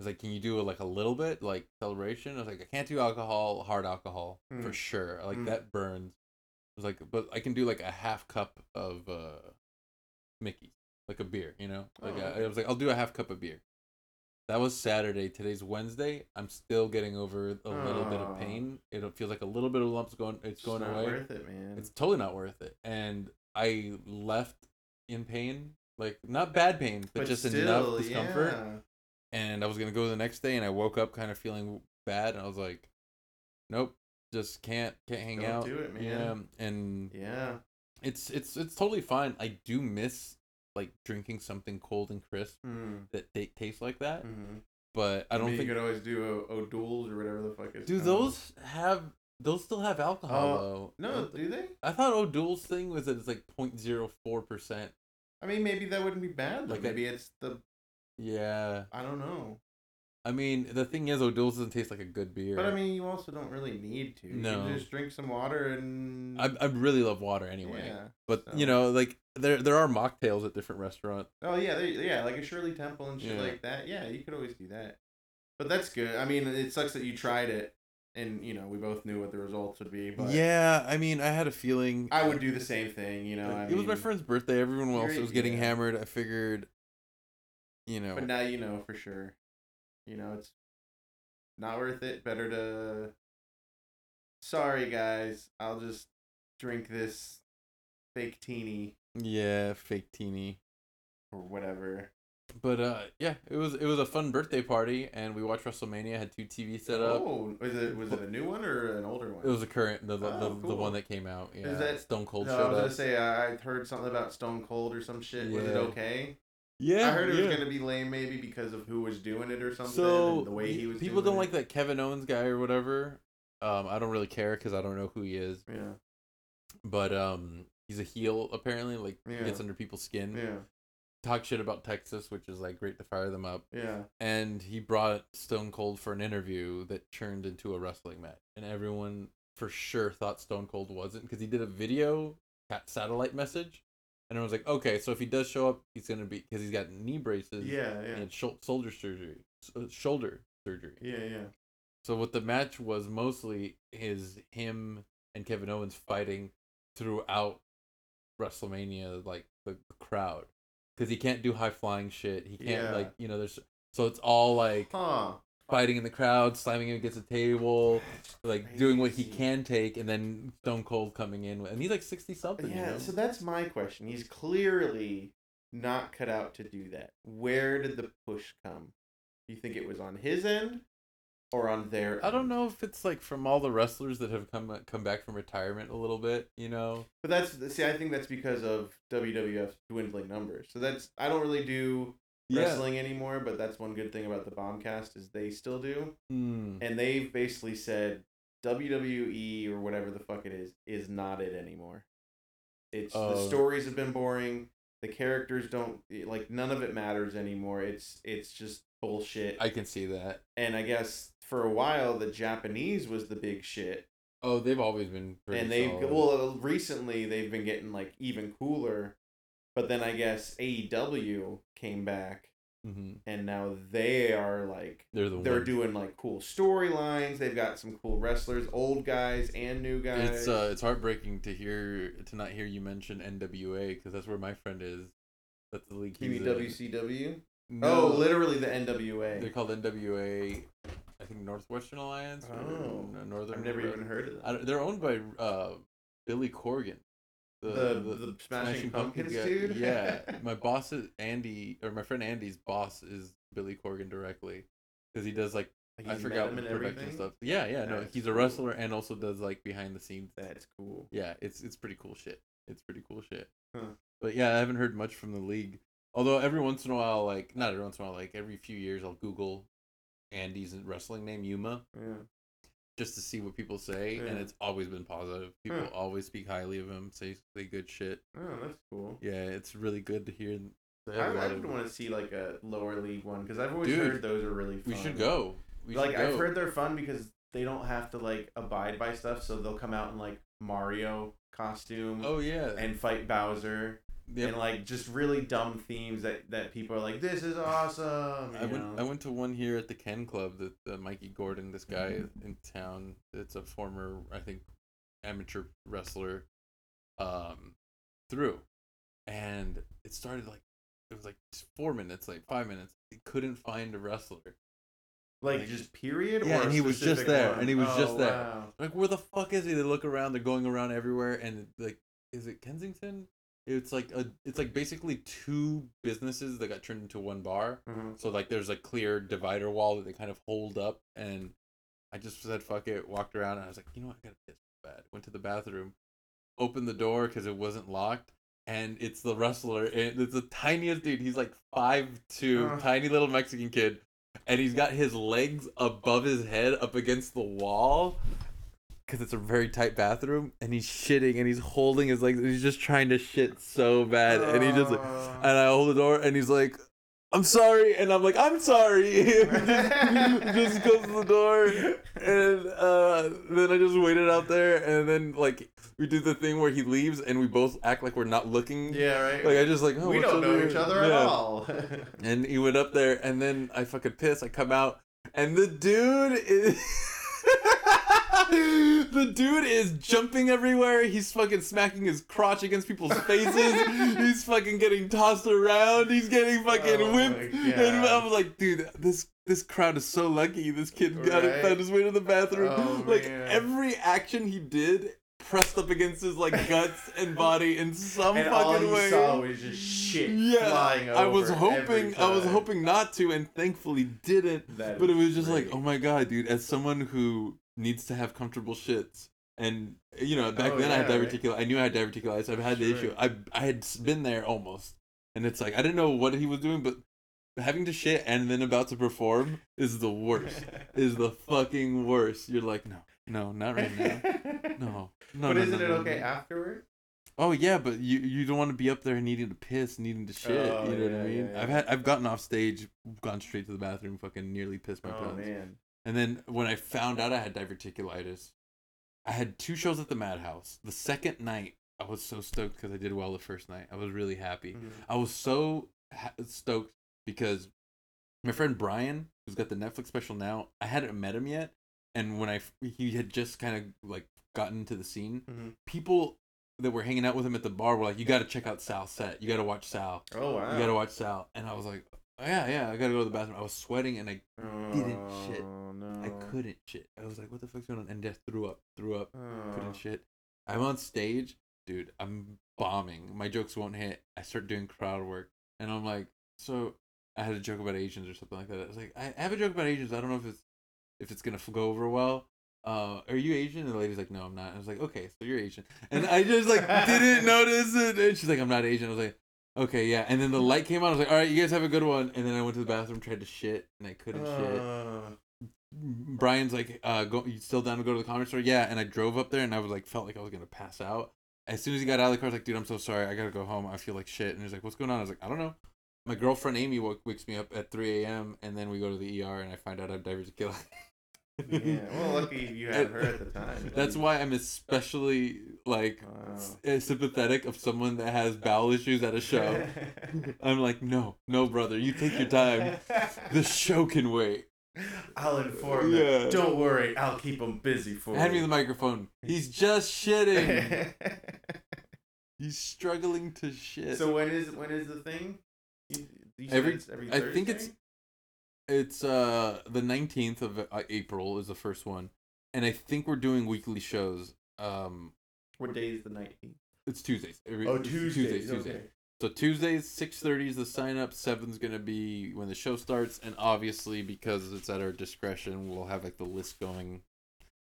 Speaker 2: I was like, can you do like a little bit, like celebration? I was like, I can't do alcohol, hard alcohol for
Speaker 1: Mm.
Speaker 2: sure. Like
Speaker 1: Mm.
Speaker 2: that burns. I was like, but I can do like a half cup of uh, Mickey, like a beer. You know, like
Speaker 1: Oh,
Speaker 2: I-
Speaker 1: okay.
Speaker 2: I was like, I'll do a half cup of beer. That was Saturday. Today's Wednesday. I'm still getting over a little bit of
Speaker 1: Aw.
Speaker 2: pain. It feels like a little bit of lumps going. It's going
Speaker 1: not
Speaker 2: away.
Speaker 1: Worth it, man.
Speaker 2: It's totally not worth it. And I left in pain, like not bad pain, but, just enough discomfort.
Speaker 1: yeah.
Speaker 2: and I was gonna go the next day, and I woke up kind of feeling bad, and I was like, nope, just can't can't hang
Speaker 1: Don't
Speaker 2: out.
Speaker 1: do it, man.
Speaker 2: Yeah, and
Speaker 1: Yeah.
Speaker 2: it's it's it's totally fine. I do miss like drinking something cold and crisp
Speaker 1: Mm.
Speaker 2: that ta- tastes like that,
Speaker 1: Mhm.
Speaker 2: but I don't
Speaker 1: mean,
Speaker 2: think
Speaker 1: you could always do o- O'Doul's or whatever the fuck it's
Speaker 2: do
Speaker 1: called.
Speaker 2: those have those still have alcohol
Speaker 1: Um, Uh,
Speaker 2: though.
Speaker 1: No,
Speaker 2: Don't they?
Speaker 1: do they?
Speaker 2: I thought O'Doul's thing was that it's like 004 percent.
Speaker 1: I mean, maybe that wouldn't be bad. Like
Speaker 2: Like a-
Speaker 1: maybe it's the
Speaker 2: Yeah,
Speaker 1: I don't know.
Speaker 2: I mean the thing is O'Doul's doesn't taste like a good beer.
Speaker 1: But I mean, you also don't really need to. you
Speaker 2: No.
Speaker 1: can just drink some water and
Speaker 2: I, I really love water anyway.
Speaker 1: Yeah.
Speaker 2: but
Speaker 1: so-
Speaker 2: you know, like there there are mocktails at different restaurants.
Speaker 1: Oh yeah, there, yeah, like a Shirley Temple and shit
Speaker 2: Yeah.
Speaker 1: like that. Yeah, you could always do that. But that's good. I mean, it sucks that you tried it, and you know we both knew what the results would be. But
Speaker 2: yeah, I mean, I had a feeling
Speaker 1: I would do the same thing. You know,
Speaker 2: Like,
Speaker 1: I
Speaker 2: it was my
Speaker 1: mean,
Speaker 2: friend's birthday. Everyone else
Speaker 1: You're- e,
Speaker 2: was getting
Speaker 1: yeah.
Speaker 2: hammered. I figured, you know,
Speaker 1: But now you know for sure. You know it's not worth it. Better to. Sorry guys, I'll just drink this fake teeny
Speaker 2: yeah, fake teeny.
Speaker 1: or whatever.
Speaker 2: But uh, yeah, it was it was a fun birthday party, and we watched WrestleMania. Had two TVs set up.
Speaker 1: Oh, was it was it a new one or an older one?
Speaker 2: It was the current, the the,
Speaker 1: Oh,
Speaker 2: the, the
Speaker 1: cool.
Speaker 2: one that came out. Yeah,
Speaker 1: that-
Speaker 2: Stone Cold
Speaker 1: no, I
Speaker 2: showed
Speaker 1: was
Speaker 2: up.
Speaker 1: gonna say I I heard something about Stone Cold or some shit. Was it
Speaker 2: Yeah.
Speaker 1: okay?
Speaker 2: yeah,
Speaker 1: I heard it
Speaker 2: yeah.
Speaker 1: was gonna be lame maybe because of who was doing it or something.
Speaker 2: So
Speaker 1: and the way
Speaker 2: pe-
Speaker 1: he was.
Speaker 2: people
Speaker 1: doing
Speaker 2: don't like
Speaker 1: it.
Speaker 2: that Kevin Owens guy or whatever. Um, I don't really care because I don't know who he is,
Speaker 1: Yeah,
Speaker 2: but um, he's a heel apparently. Like he
Speaker 1: Yeah.
Speaker 2: gets under people's skin.
Speaker 1: yeah,
Speaker 2: Talk shit about Texas, which is like great to fire them up.
Speaker 1: yeah.
Speaker 2: And he brought Stone Cold for an interview that turned into a wrestling match, and everyone for sure thought Stone Cold wasn't because he did a video cat satellite message, and I was like, okay, so if he does show up, he's gonna be because he's got knee braces
Speaker 1: Yeah, yeah,
Speaker 2: and shou- shoulder surgery, s- uh, shoulder surgery.
Speaker 1: yeah, yeah.
Speaker 2: So what the match was mostly is him and Kevin Owens fighting throughout WrestleMania, like the crowd, because he can't do high flying shit. He can't
Speaker 1: Yeah.
Speaker 2: like you know there's so it's all like
Speaker 1: Huh?
Speaker 2: fighting in the crowd, slamming him against a table, like doing what he
Speaker 1: Crazy.
Speaker 2: can take, and then Stone Cold coming in with- and he's like sixty something. you
Speaker 1: Yeah.
Speaker 2: know?
Speaker 1: So that's my question. He's clearly not cut out to do that. Where did the push come? Do you think it was on his end or on their?
Speaker 2: I don't
Speaker 1: end?
Speaker 2: know if it's like from all the wrestlers that have come come back from retirement a little bit, you know.
Speaker 1: But that's see, I think that's because of WWF's dwindling numbers. So that's I don't really do wrestling anymore. But that's one good thing about the Bombcast is they still do.
Speaker 2: Yeah. Mm.
Speaker 1: and they've basically said WWE or whatever the fuck it is is not it anymore. It's the
Speaker 2: Oh.
Speaker 1: stories have been boring. The characters don't like none of it matters anymore. It's it's just bullshit.
Speaker 2: I can see that.
Speaker 1: and I guess for a while the Japanese was the big shit,
Speaker 2: Oh, they've always been. Pretty
Speaker 1: and they
Speaker 2: solid.
Speaker 1: well recently they've been getting like even cooler. But then I guess AEW came back,
Speaker 2: Mhm.
Speaker 1: and now they are like
Speaker 2: they're the
Speaker 1: they're
Speaker 2: ones.
Speaker 1: doing like cool storylines. They've got some cool wrestlers, old guys and new guys.
Speaker 2: It's uh, it's heartbreaking to hear to not hear you mention NWA because that's where my friend is. That's the league.
Speaker 1: you mean
Speaker 2: he's in.
Speaker 1: WCW?
Speaker 2: No,
Speaker 1: oh, literally the
Speaker 2: They're
Speaker 1: NWA.
Speaker 2: called NWA. I think Northwestern Alliance. or
Speaker 1: Oh.
Speaker 2: N- Northern.
Speaker 1: I've never
Speaker 2: Alliance.
Speaker 1: even heard of
Speaker 2: I
Speaker 1: them.
Speaker 2: don't- they're owned by uh, Billy Corgan.
Speaker 1: The, the, Smashing, Pumpkins,
Speaker 2: guy.
Speaker 1: dude.
Speaker 2: yeah, my boss is Andy, or my friend Andy's boss is Billy Corgan directly, because he does like
Speaker 1: He's
Speaker 2: I
Speaker 1: met
Speaker 2: forgot
Speaker 1: him
Speaker 2: what
Speaker 1: and
Speaker 2: production
Speaker 1: everything?
Speaker 2: stuff. Yeah, yeah, no,
Speaker 1: That's
Speaker 2: he's a
Speaker 1: cool.
Speaker 2: wrestler and also does like behind the scenes
Speaker 1: That's cool.
Speaker 2: yeah, it's it's pretty cool shit. It's pretty cool shit.
Speaker 1: Huh.
Speaker 2: But yeah, I haven't heard much from the league. Although every once in a while, like not every once in a while, like every few years, I'll Google Andy's wrestling name Yuma
Speaker 1: Yeah.
Speaker 2: just to see what people say, and
Speaker 1: Yeah.
Speaker 2: it's always been positive. People
Speaker 1: Huh.
Speaker 2: always speak highly of him, say say good shit.
Speaker 1: Oh, that's cool.
Speaker 2: Yeah, it's really good to hear. the
Speaker 1: I,
Speaker 2: other
Speaker 1: I
Speaker 2: side of
Speaker 1: would
Speaker 2: it.
Speaker 1: want to see like a lower league one because I've always
Speaker 2: Dude,
Speaker 1: heard those are really fun.
Speaker 2: We should go. We
Speaker 1: like
Speaker 2: should go.
Speaker 1: I've heard they're fun because they don't have to like abide by stuff, so they'll come out in like Mario costume
Speaker 2: Oh yeah,
Speaker 1: and fight Bowser.
Speaker 2: Yep.
Speaker 1: and like just really dumb themes that that people are like, this is awesome.
Speaker 2: I
Speaker 1: you
Speaker 2: went,
Speaker 1: know?
Speaker 2: I went to one here at the Ken Club that uh, Mikey Gordon, this guy in town, that's a former, I think, amateur wrestler, um, threw. And it started like, it was like four minutes, like five minutes. He couldn't find a wrestler.
Speaker 1: like,
Speaker 2: like-
Speaker 1: just period.
Speaker 2: Yeah,
Speaker 1: or a
Speaker 2: and he was just
Speaker 1: specific
Speaker 2: there,
Speaker 1: one?
Speaker 2: and he was
Speaker 1: Oh,
Speaker 2: just there.
Speaker 1: wow.
Speaker 2: Like, where the fuck is he? They look around, they're going around everywhere. And like, is it Kensington? It's like a it's like basically two businesses that got turned into one bar.
Speaker 1: Mhm.
Speaker 2: So like there's a clear divider wall that they kind of hold up and I just said fuck it, walked around and I was like, you know what, I gotta piss bad. Went to the bathroom, opened the door because it wasn't locked, and it's the wrestler. And it's the tiniest dude. He's like five two,
Speaker 1: Ugh.
Speaker 2: tiny little Mexican kid, and he's got his legs above his head up against the wall. Cause it's a very tight bathroom, and he's shitting, and he's holding his legs, and he's just trying to shit so bad, and he just like,
Speaker 1: Uh,
Speaker 2: and I hold the door, and he's like, "I'm sorry," and I'm like, "I'm sorry." just goes to the door, and uh, then I just waited out there, and then like we do the thing where he leaves, and we both act like we're not looking.
Speaker 1: yeah, right.
Speaker 2: Like I just like oh,
Speaker 1: we
Speaker 2: what's
Speaker 1: don't
Speaker 2: up
Speaker 1: know
Speaker 2: here?"
Speaker 1: each other at
Speaker 2: Yeah.
Speaker 1: all.
Speaker 2: And he went up there, and then I fucking piss. I come out, and the dude is. the dude is jumping everywhere. He's fucking smacking his crotch against people's faces. He's fucking getting tossed around. He's getting fucking
Speaker 1: Oh my
Speaker 2: whipped. And
Speaker 1: God.
Speaker 2: I was like, dude, this this crowd is so lucky. This kid got
Speaker 1: Right.
Speaker 2: it, found his way to the bathroom.
Speaker 1: Oh,
Speaker 2: like
Speaker 1: man.
Speaker 2: every action he did pressed up against his like guts and body in some
Speaker 1: and
Speaker 2: fucking
Speaker 1: all you
Speaker 2: way.
Speaker 1: saw was just shit
Speaker 2: Yeah,
Speaker 1: flying over.
Speaker 2: I was hoping
Speaker 1: every
Speaker 2: I was
Speaker 1: time.
Speaker 2: hoping not to, and thankfully didn't.
Speaker 1: That
Speaker 2: But it
Speaker 1: is
Speaker 2: was just like,
Speaker 1: great.
Speaker 2: oh my god, dude! As someone who needs to have comfortable shits, and you know, back
Speaker 1: Oh,
Speaker 2: then I had
Speaker 1: yeah, right.
Speaker 2: diverticulitis. I knew I had diverticulitis. I've had the
Speaker 1: Sure.
Speaker 2: issue. I I had s- been there almost, and it's like I didn't know what he was doing, but having to shit and then about to perform is the worst. is the fucking worst. You're like, no, no, not right now. No, no.
Speaker 1: but
Speaker 2: no,
Speaker 1: isn't
Speaker 2: no,
Speaker 1: it
Speaker 2: no,
Speaker 1: okay
Speaker 2: no."
Speaker 1: afterward?
Speaker 2: Oh yeah, but you you don't want to be up there needing to piss, needing to shit.
Speaker 1: Oh,
Speaker 2: you know what
Speaker 1: yeah,
Speaker 2: I mean?
Speaker 1: yeah,
Speaker 2: I've
Speaker 1: yeah.
Speaker 2: had I've gotten off stage, gone straight to the bathroom, fucking nearly pissed my
Speaker 1: Oh
Speaker 2: pants.
Speaker 1: man.
Speaker 2: And then when I found out I had diverticulitis, I had two shows at the Madhouse. The second night, I was so stoked because I did well the first night. I was really happy.
Speaker 1: Mm.
Speaker 2: I was so ha- stoked because my friend Brian, who's got the Netflix special now, I hadn't met him yet, and when I f- he had just kind of like gotten into the scene,
Speaker 1: Mhm.
Speaker 2: people that were hanging out with him at the bar were like, "You got to check out Sal's set. You got to watch Sal.
Speaker 1: Oh wow.
Speaker 2: You got to watch Sal." And I was like, "Oh, "Yeah, yeah, I got to go to the bathroom." I was sweating and I didn't shit.
Speaker 1: Oh, No.
Speaker 2: I couldn't shit. I was like, "What the fuck's going on?" And just threw up, threw up,
Speaker 1: Oh.
Speaker 2: couldn't shit. I'm on stage, dude. I'm bombing. My jokes won't hit. I start doing crowd work, and I'm like, so I had a joke about Asians or something like that. I was like, I I have a joke about Asians. I don't know if it's if it's gonna f- go over well. Uh, are you Asian? And the lady's like, no, I'm not. I was like, okay, so you're Asian, and I just like didn't notice it. And she's like, I'm not Asian. I was like, okay, yeah. And then the light came on. I was like, all right, you guys have a good one. And then I went to the bathroom, tried to shit, and I couldn't shit.
Speaker 1: Oh.
Speaker 2: Brian's like, uh, go, you still down to go to the comedy store? Yeah. And I drove up there and I was like, felt like I was going to pass out. As soon as he got out of the car, I was like, dude, I'm so sorry. I got to go home. I feel like shit. And he's like, what's going on? I was like, I don't know. My girlfriend Amy woke, wakes me up at 3 a.m. and then we go to the ER and I find out I have diverticulitis.
Speaker 1: Yeah. Well, lucky you had her at the time.
Speaker 2: That's why I'm especially like
Speaker 1: Wow.
Speaker 2: s- uh, sympathetic of someone that has bowel issues at a show. I'm like, no, no, brother, you take your time. The show can wait.
Speaker 1: I'll inform them.
Speaker 2: Yeah.
Speaker 1: Don't worry, I'll keep them busy for
Speaker 2: Hand me the
Speaker 1: you.
Speaker 2: microphone. He's just shitting. He's struggling to shit.
Speaker 1: so when is when is the thing? You, you said
Speaker 2: Every-
Speaker 1: it's every
Speaker 2: I think it's-
Speaker 1: Thursday?
Speaker 2: it's uh the 19th of uh, April is the first one, and I think we're doing weekly shows. Um,
Speaker 1: what day is the night?
Speaker 2: it's Tuesdays. Every-
Speaker 1: Oh,
Speaker 2: it's
Speaker 1: Tuesdays.
Speaker 2: Tuesdays.
Speaker 1: Okay.
Speaker 2: So Tuesdays, six thirty is the sign up. Seven's gonna be when the show starts, and obviously because it's at our discretion, we'll have like the list going,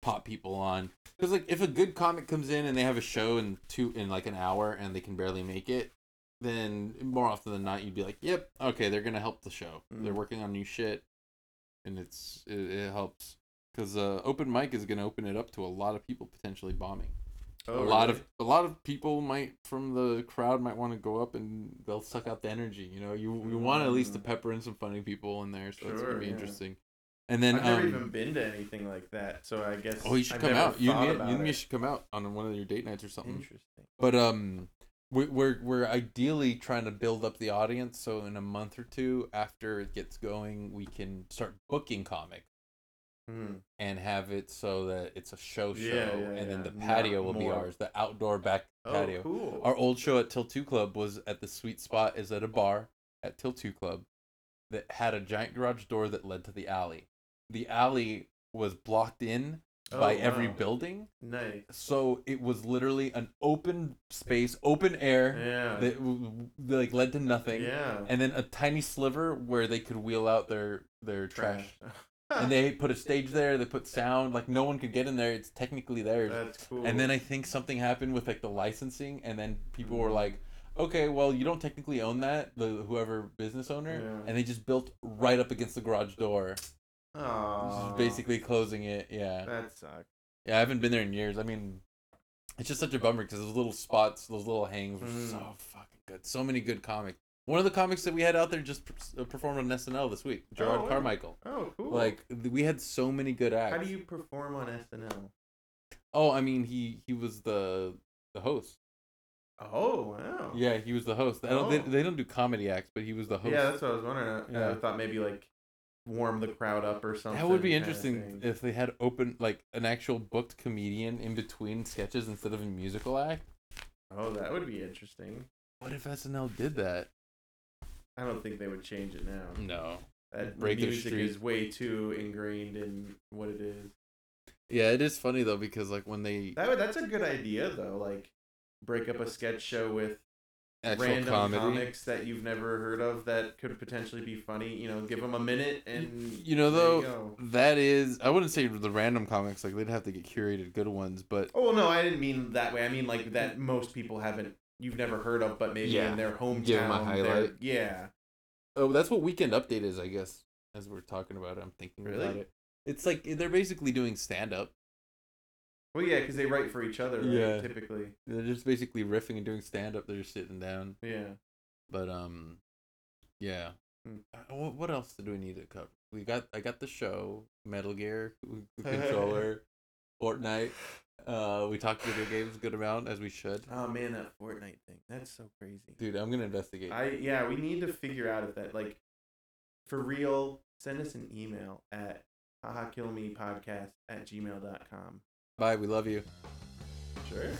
Speaker 2: pop people on. Because like if a good comic comes in and they have a show in two in like an hour and they can barely make it, then more often than not you'd be like, yep, okay, they're gonna help the show. They're
Speaker 1: Mm.
Speaker 2: working on new shit, and it's it, it helps. Because uh, open mic is gonna open it up to a lot of people potentially bombing
Speaker 1: Oh,
Speaker 2: a lot
Speaker 1: really?
Speaker 2: of a lot of people might from the crowd might want to go up and they'll suck out the energy. You know, you you want at least to
Speaker 1: Mm.
Speaker 2: pepper in some funny people in there, so it's
Speaker 1: Sure,
Speaker 2: gonna be
Speaker 1: yeah.
Speaker 2: interesting. And then
Speaker 1: I've never
Speaker 2: um,
Speaker 1: even been to anything like that, so I guess.
Speaker 2: oh, you should
Speaker 1: I've
Speaker 2: come
Speaker 1: never
Speaker 2: out. You
Speaker 1: thought
Speaker 2: and me,
Speaker 1: about
Speaker 2: you and me
Speaker 1: it.
Speaker 2: should come out on one of your date nights or something.
Speaker 1: Interesting.
Speaker 2: But um, we, we're we're ideally trying to build up the audience, so in a month or two after it gets going, we can start booking comics.
Speaker 1: Hmm.
Speaker 2: And have it so that it's a show show,
Speaker 1: Yeah, yeah,
Speaker 2: and then
Speaker 1: yeah.
Speaker 2: the
Speaker 1: Not
Speaker 2: patio will be
Speaker 1: more-
Speaker 2: ours, the outdoor back
Speaker 1: Oh,
Speaker 2: patio.
Speaker 1: cool.
Speaker 2: Our old show at Till Two Club was at the sweet spot is at a bar at Till Two Club that had a giant garage door that led to the alley. The alley was blocked in
Speaker 1: Oh,
Speaker 2: by every
Speaker 1: wow.
Speaker 2: building.
Speaker 1: Nice.
Speaker 2: So it was literally an open space, open air
Speaker 1: Yeah.
Speaker 2: that w- w- like led to nothing.
Speaker 1: yeah.
Speaker 2: And then a tiny sliver where they could wheel out their their trash. and they put a stage there. They put sound. Like no one could get in there. It's technically theirs.
Speaker 1: That's cool.
Speaker 2: And then I think something happened with like the licensing, and then people
Speaker 1: Mm.
Speaker 2: were like, "Okay, well, you don't technically own that, the whoever business owner,"
Speaker 1: Yeah.
Speaker 2: and they just built right up against the garage door,
Speaker 1: Aw,
Speaker 2: just basically closing it. Yeah,
Speaker 1: Ah. That sucks.
Speaker 2: yeah, I haven't been there in years. I mean, it's just such a bummer because those little spots, those little hangs, were
Speaker 1: Mhm.
Speaker 2: so fucking good. So many good comics. One of the comics that we had out there just per- uh, performed on SNL this week, Gerard
Speaker 1: Oh, wow.
Speaker 2: Carmichael.
Speaker 1: Oh, cool.
Speaker 2: Like th- we had so many good acts.
Speaker 1: how do you perform on SNL?
Speaker 2: Oh, I mean, he he was the the host.
Speaker 1: Oh, wow.
Speaker 2: Yeah, he was the host. I don't, they,
Speaker 1: Oh.
Speaker 2: they don't do comedy acts, but he was the host.
Speaker 1: Yeah, that's what I was wondering. I- I
Speaker 2: Yeah.
Speaker 1: thought maybe like warm the crowd up or something.
Speaker 2: that would be
Speaker 1: kinda
Speaker 2: interesting
Speaker 1: thing.
Speaker 2: if they had open like an actual booked comedian in between sketches instead of a musical act.
Speaker 1: Oh, that would be interesting.
Speaker 2: What if SNL did that?
Speaker 1: I don't think they would change it now.
Speaker 2: No.
Speaker 1: That
Speaker 2: Mm, Break their
Speaker 1: music
Speaker 2: streak.
Speaker 1: is way too ingrained in what it is.
Speaker 2: Yeah, it is funny though because like when they
Speaker 1: That would- that's a good idea though. Like break up a sketch show with
Speaker 2: actual
Speaker 1: random
Speaker 2: comedy,
Speaker 1: comics that you've never heard of that could potentially be funny. You know, give them a minute and
Speaker 2: you know
Speaker 1: there you
Speaker 2: though
Speaker 1: go.
Speaker 2: that is I wouldn't say the random comics like they'd have to get curated good ones, but
Speaker 1: Oh well, no, I didn't mean that way. I mean like that most people haven't, you've never heard of, but maybe
Speaker 2: Yeah.
Speaker 1: in their hometown.
Speaker 2: Give 'em a
Speaker 1: they're-
Speaker 2: highlight.
Speaker 1: Yeah.
Speaker 2: Oh, that's what Weekend Update is, I guess. As we're talking about it, I'm thinking about
Speaker 1: Really?
Speaker 2: it. It's like they're basically doing stand up.
Speaker 1: Well, yeah, because they write for each other. Right?
Speaker 2: Yeah.
Speaker 1: Typically.
Speaker 2: They're just basically riffing and doing stand up. They're just sitting down.
Speaker 1: Yeah.
Speaker 2: But um, yeah.
Speaker 1: Hmm.
Speaker 2: Uh, wh- What else do we need to cover? We got I got the show Metal Gear, the controller, Fortnite. Uh, we talked video games a good amount as we should.
Speaker 1: Oh man, that Fortnite thing. That's so crazy.
Speaker 2: Dude, I'm gonna investigate.
Speaker 1: I yeah, we need to figure out if that like for real, send us an email at hahakillmepodcast at gmail.com.
Speaker 2: Bye. We love you.
Speaker 1: Sure.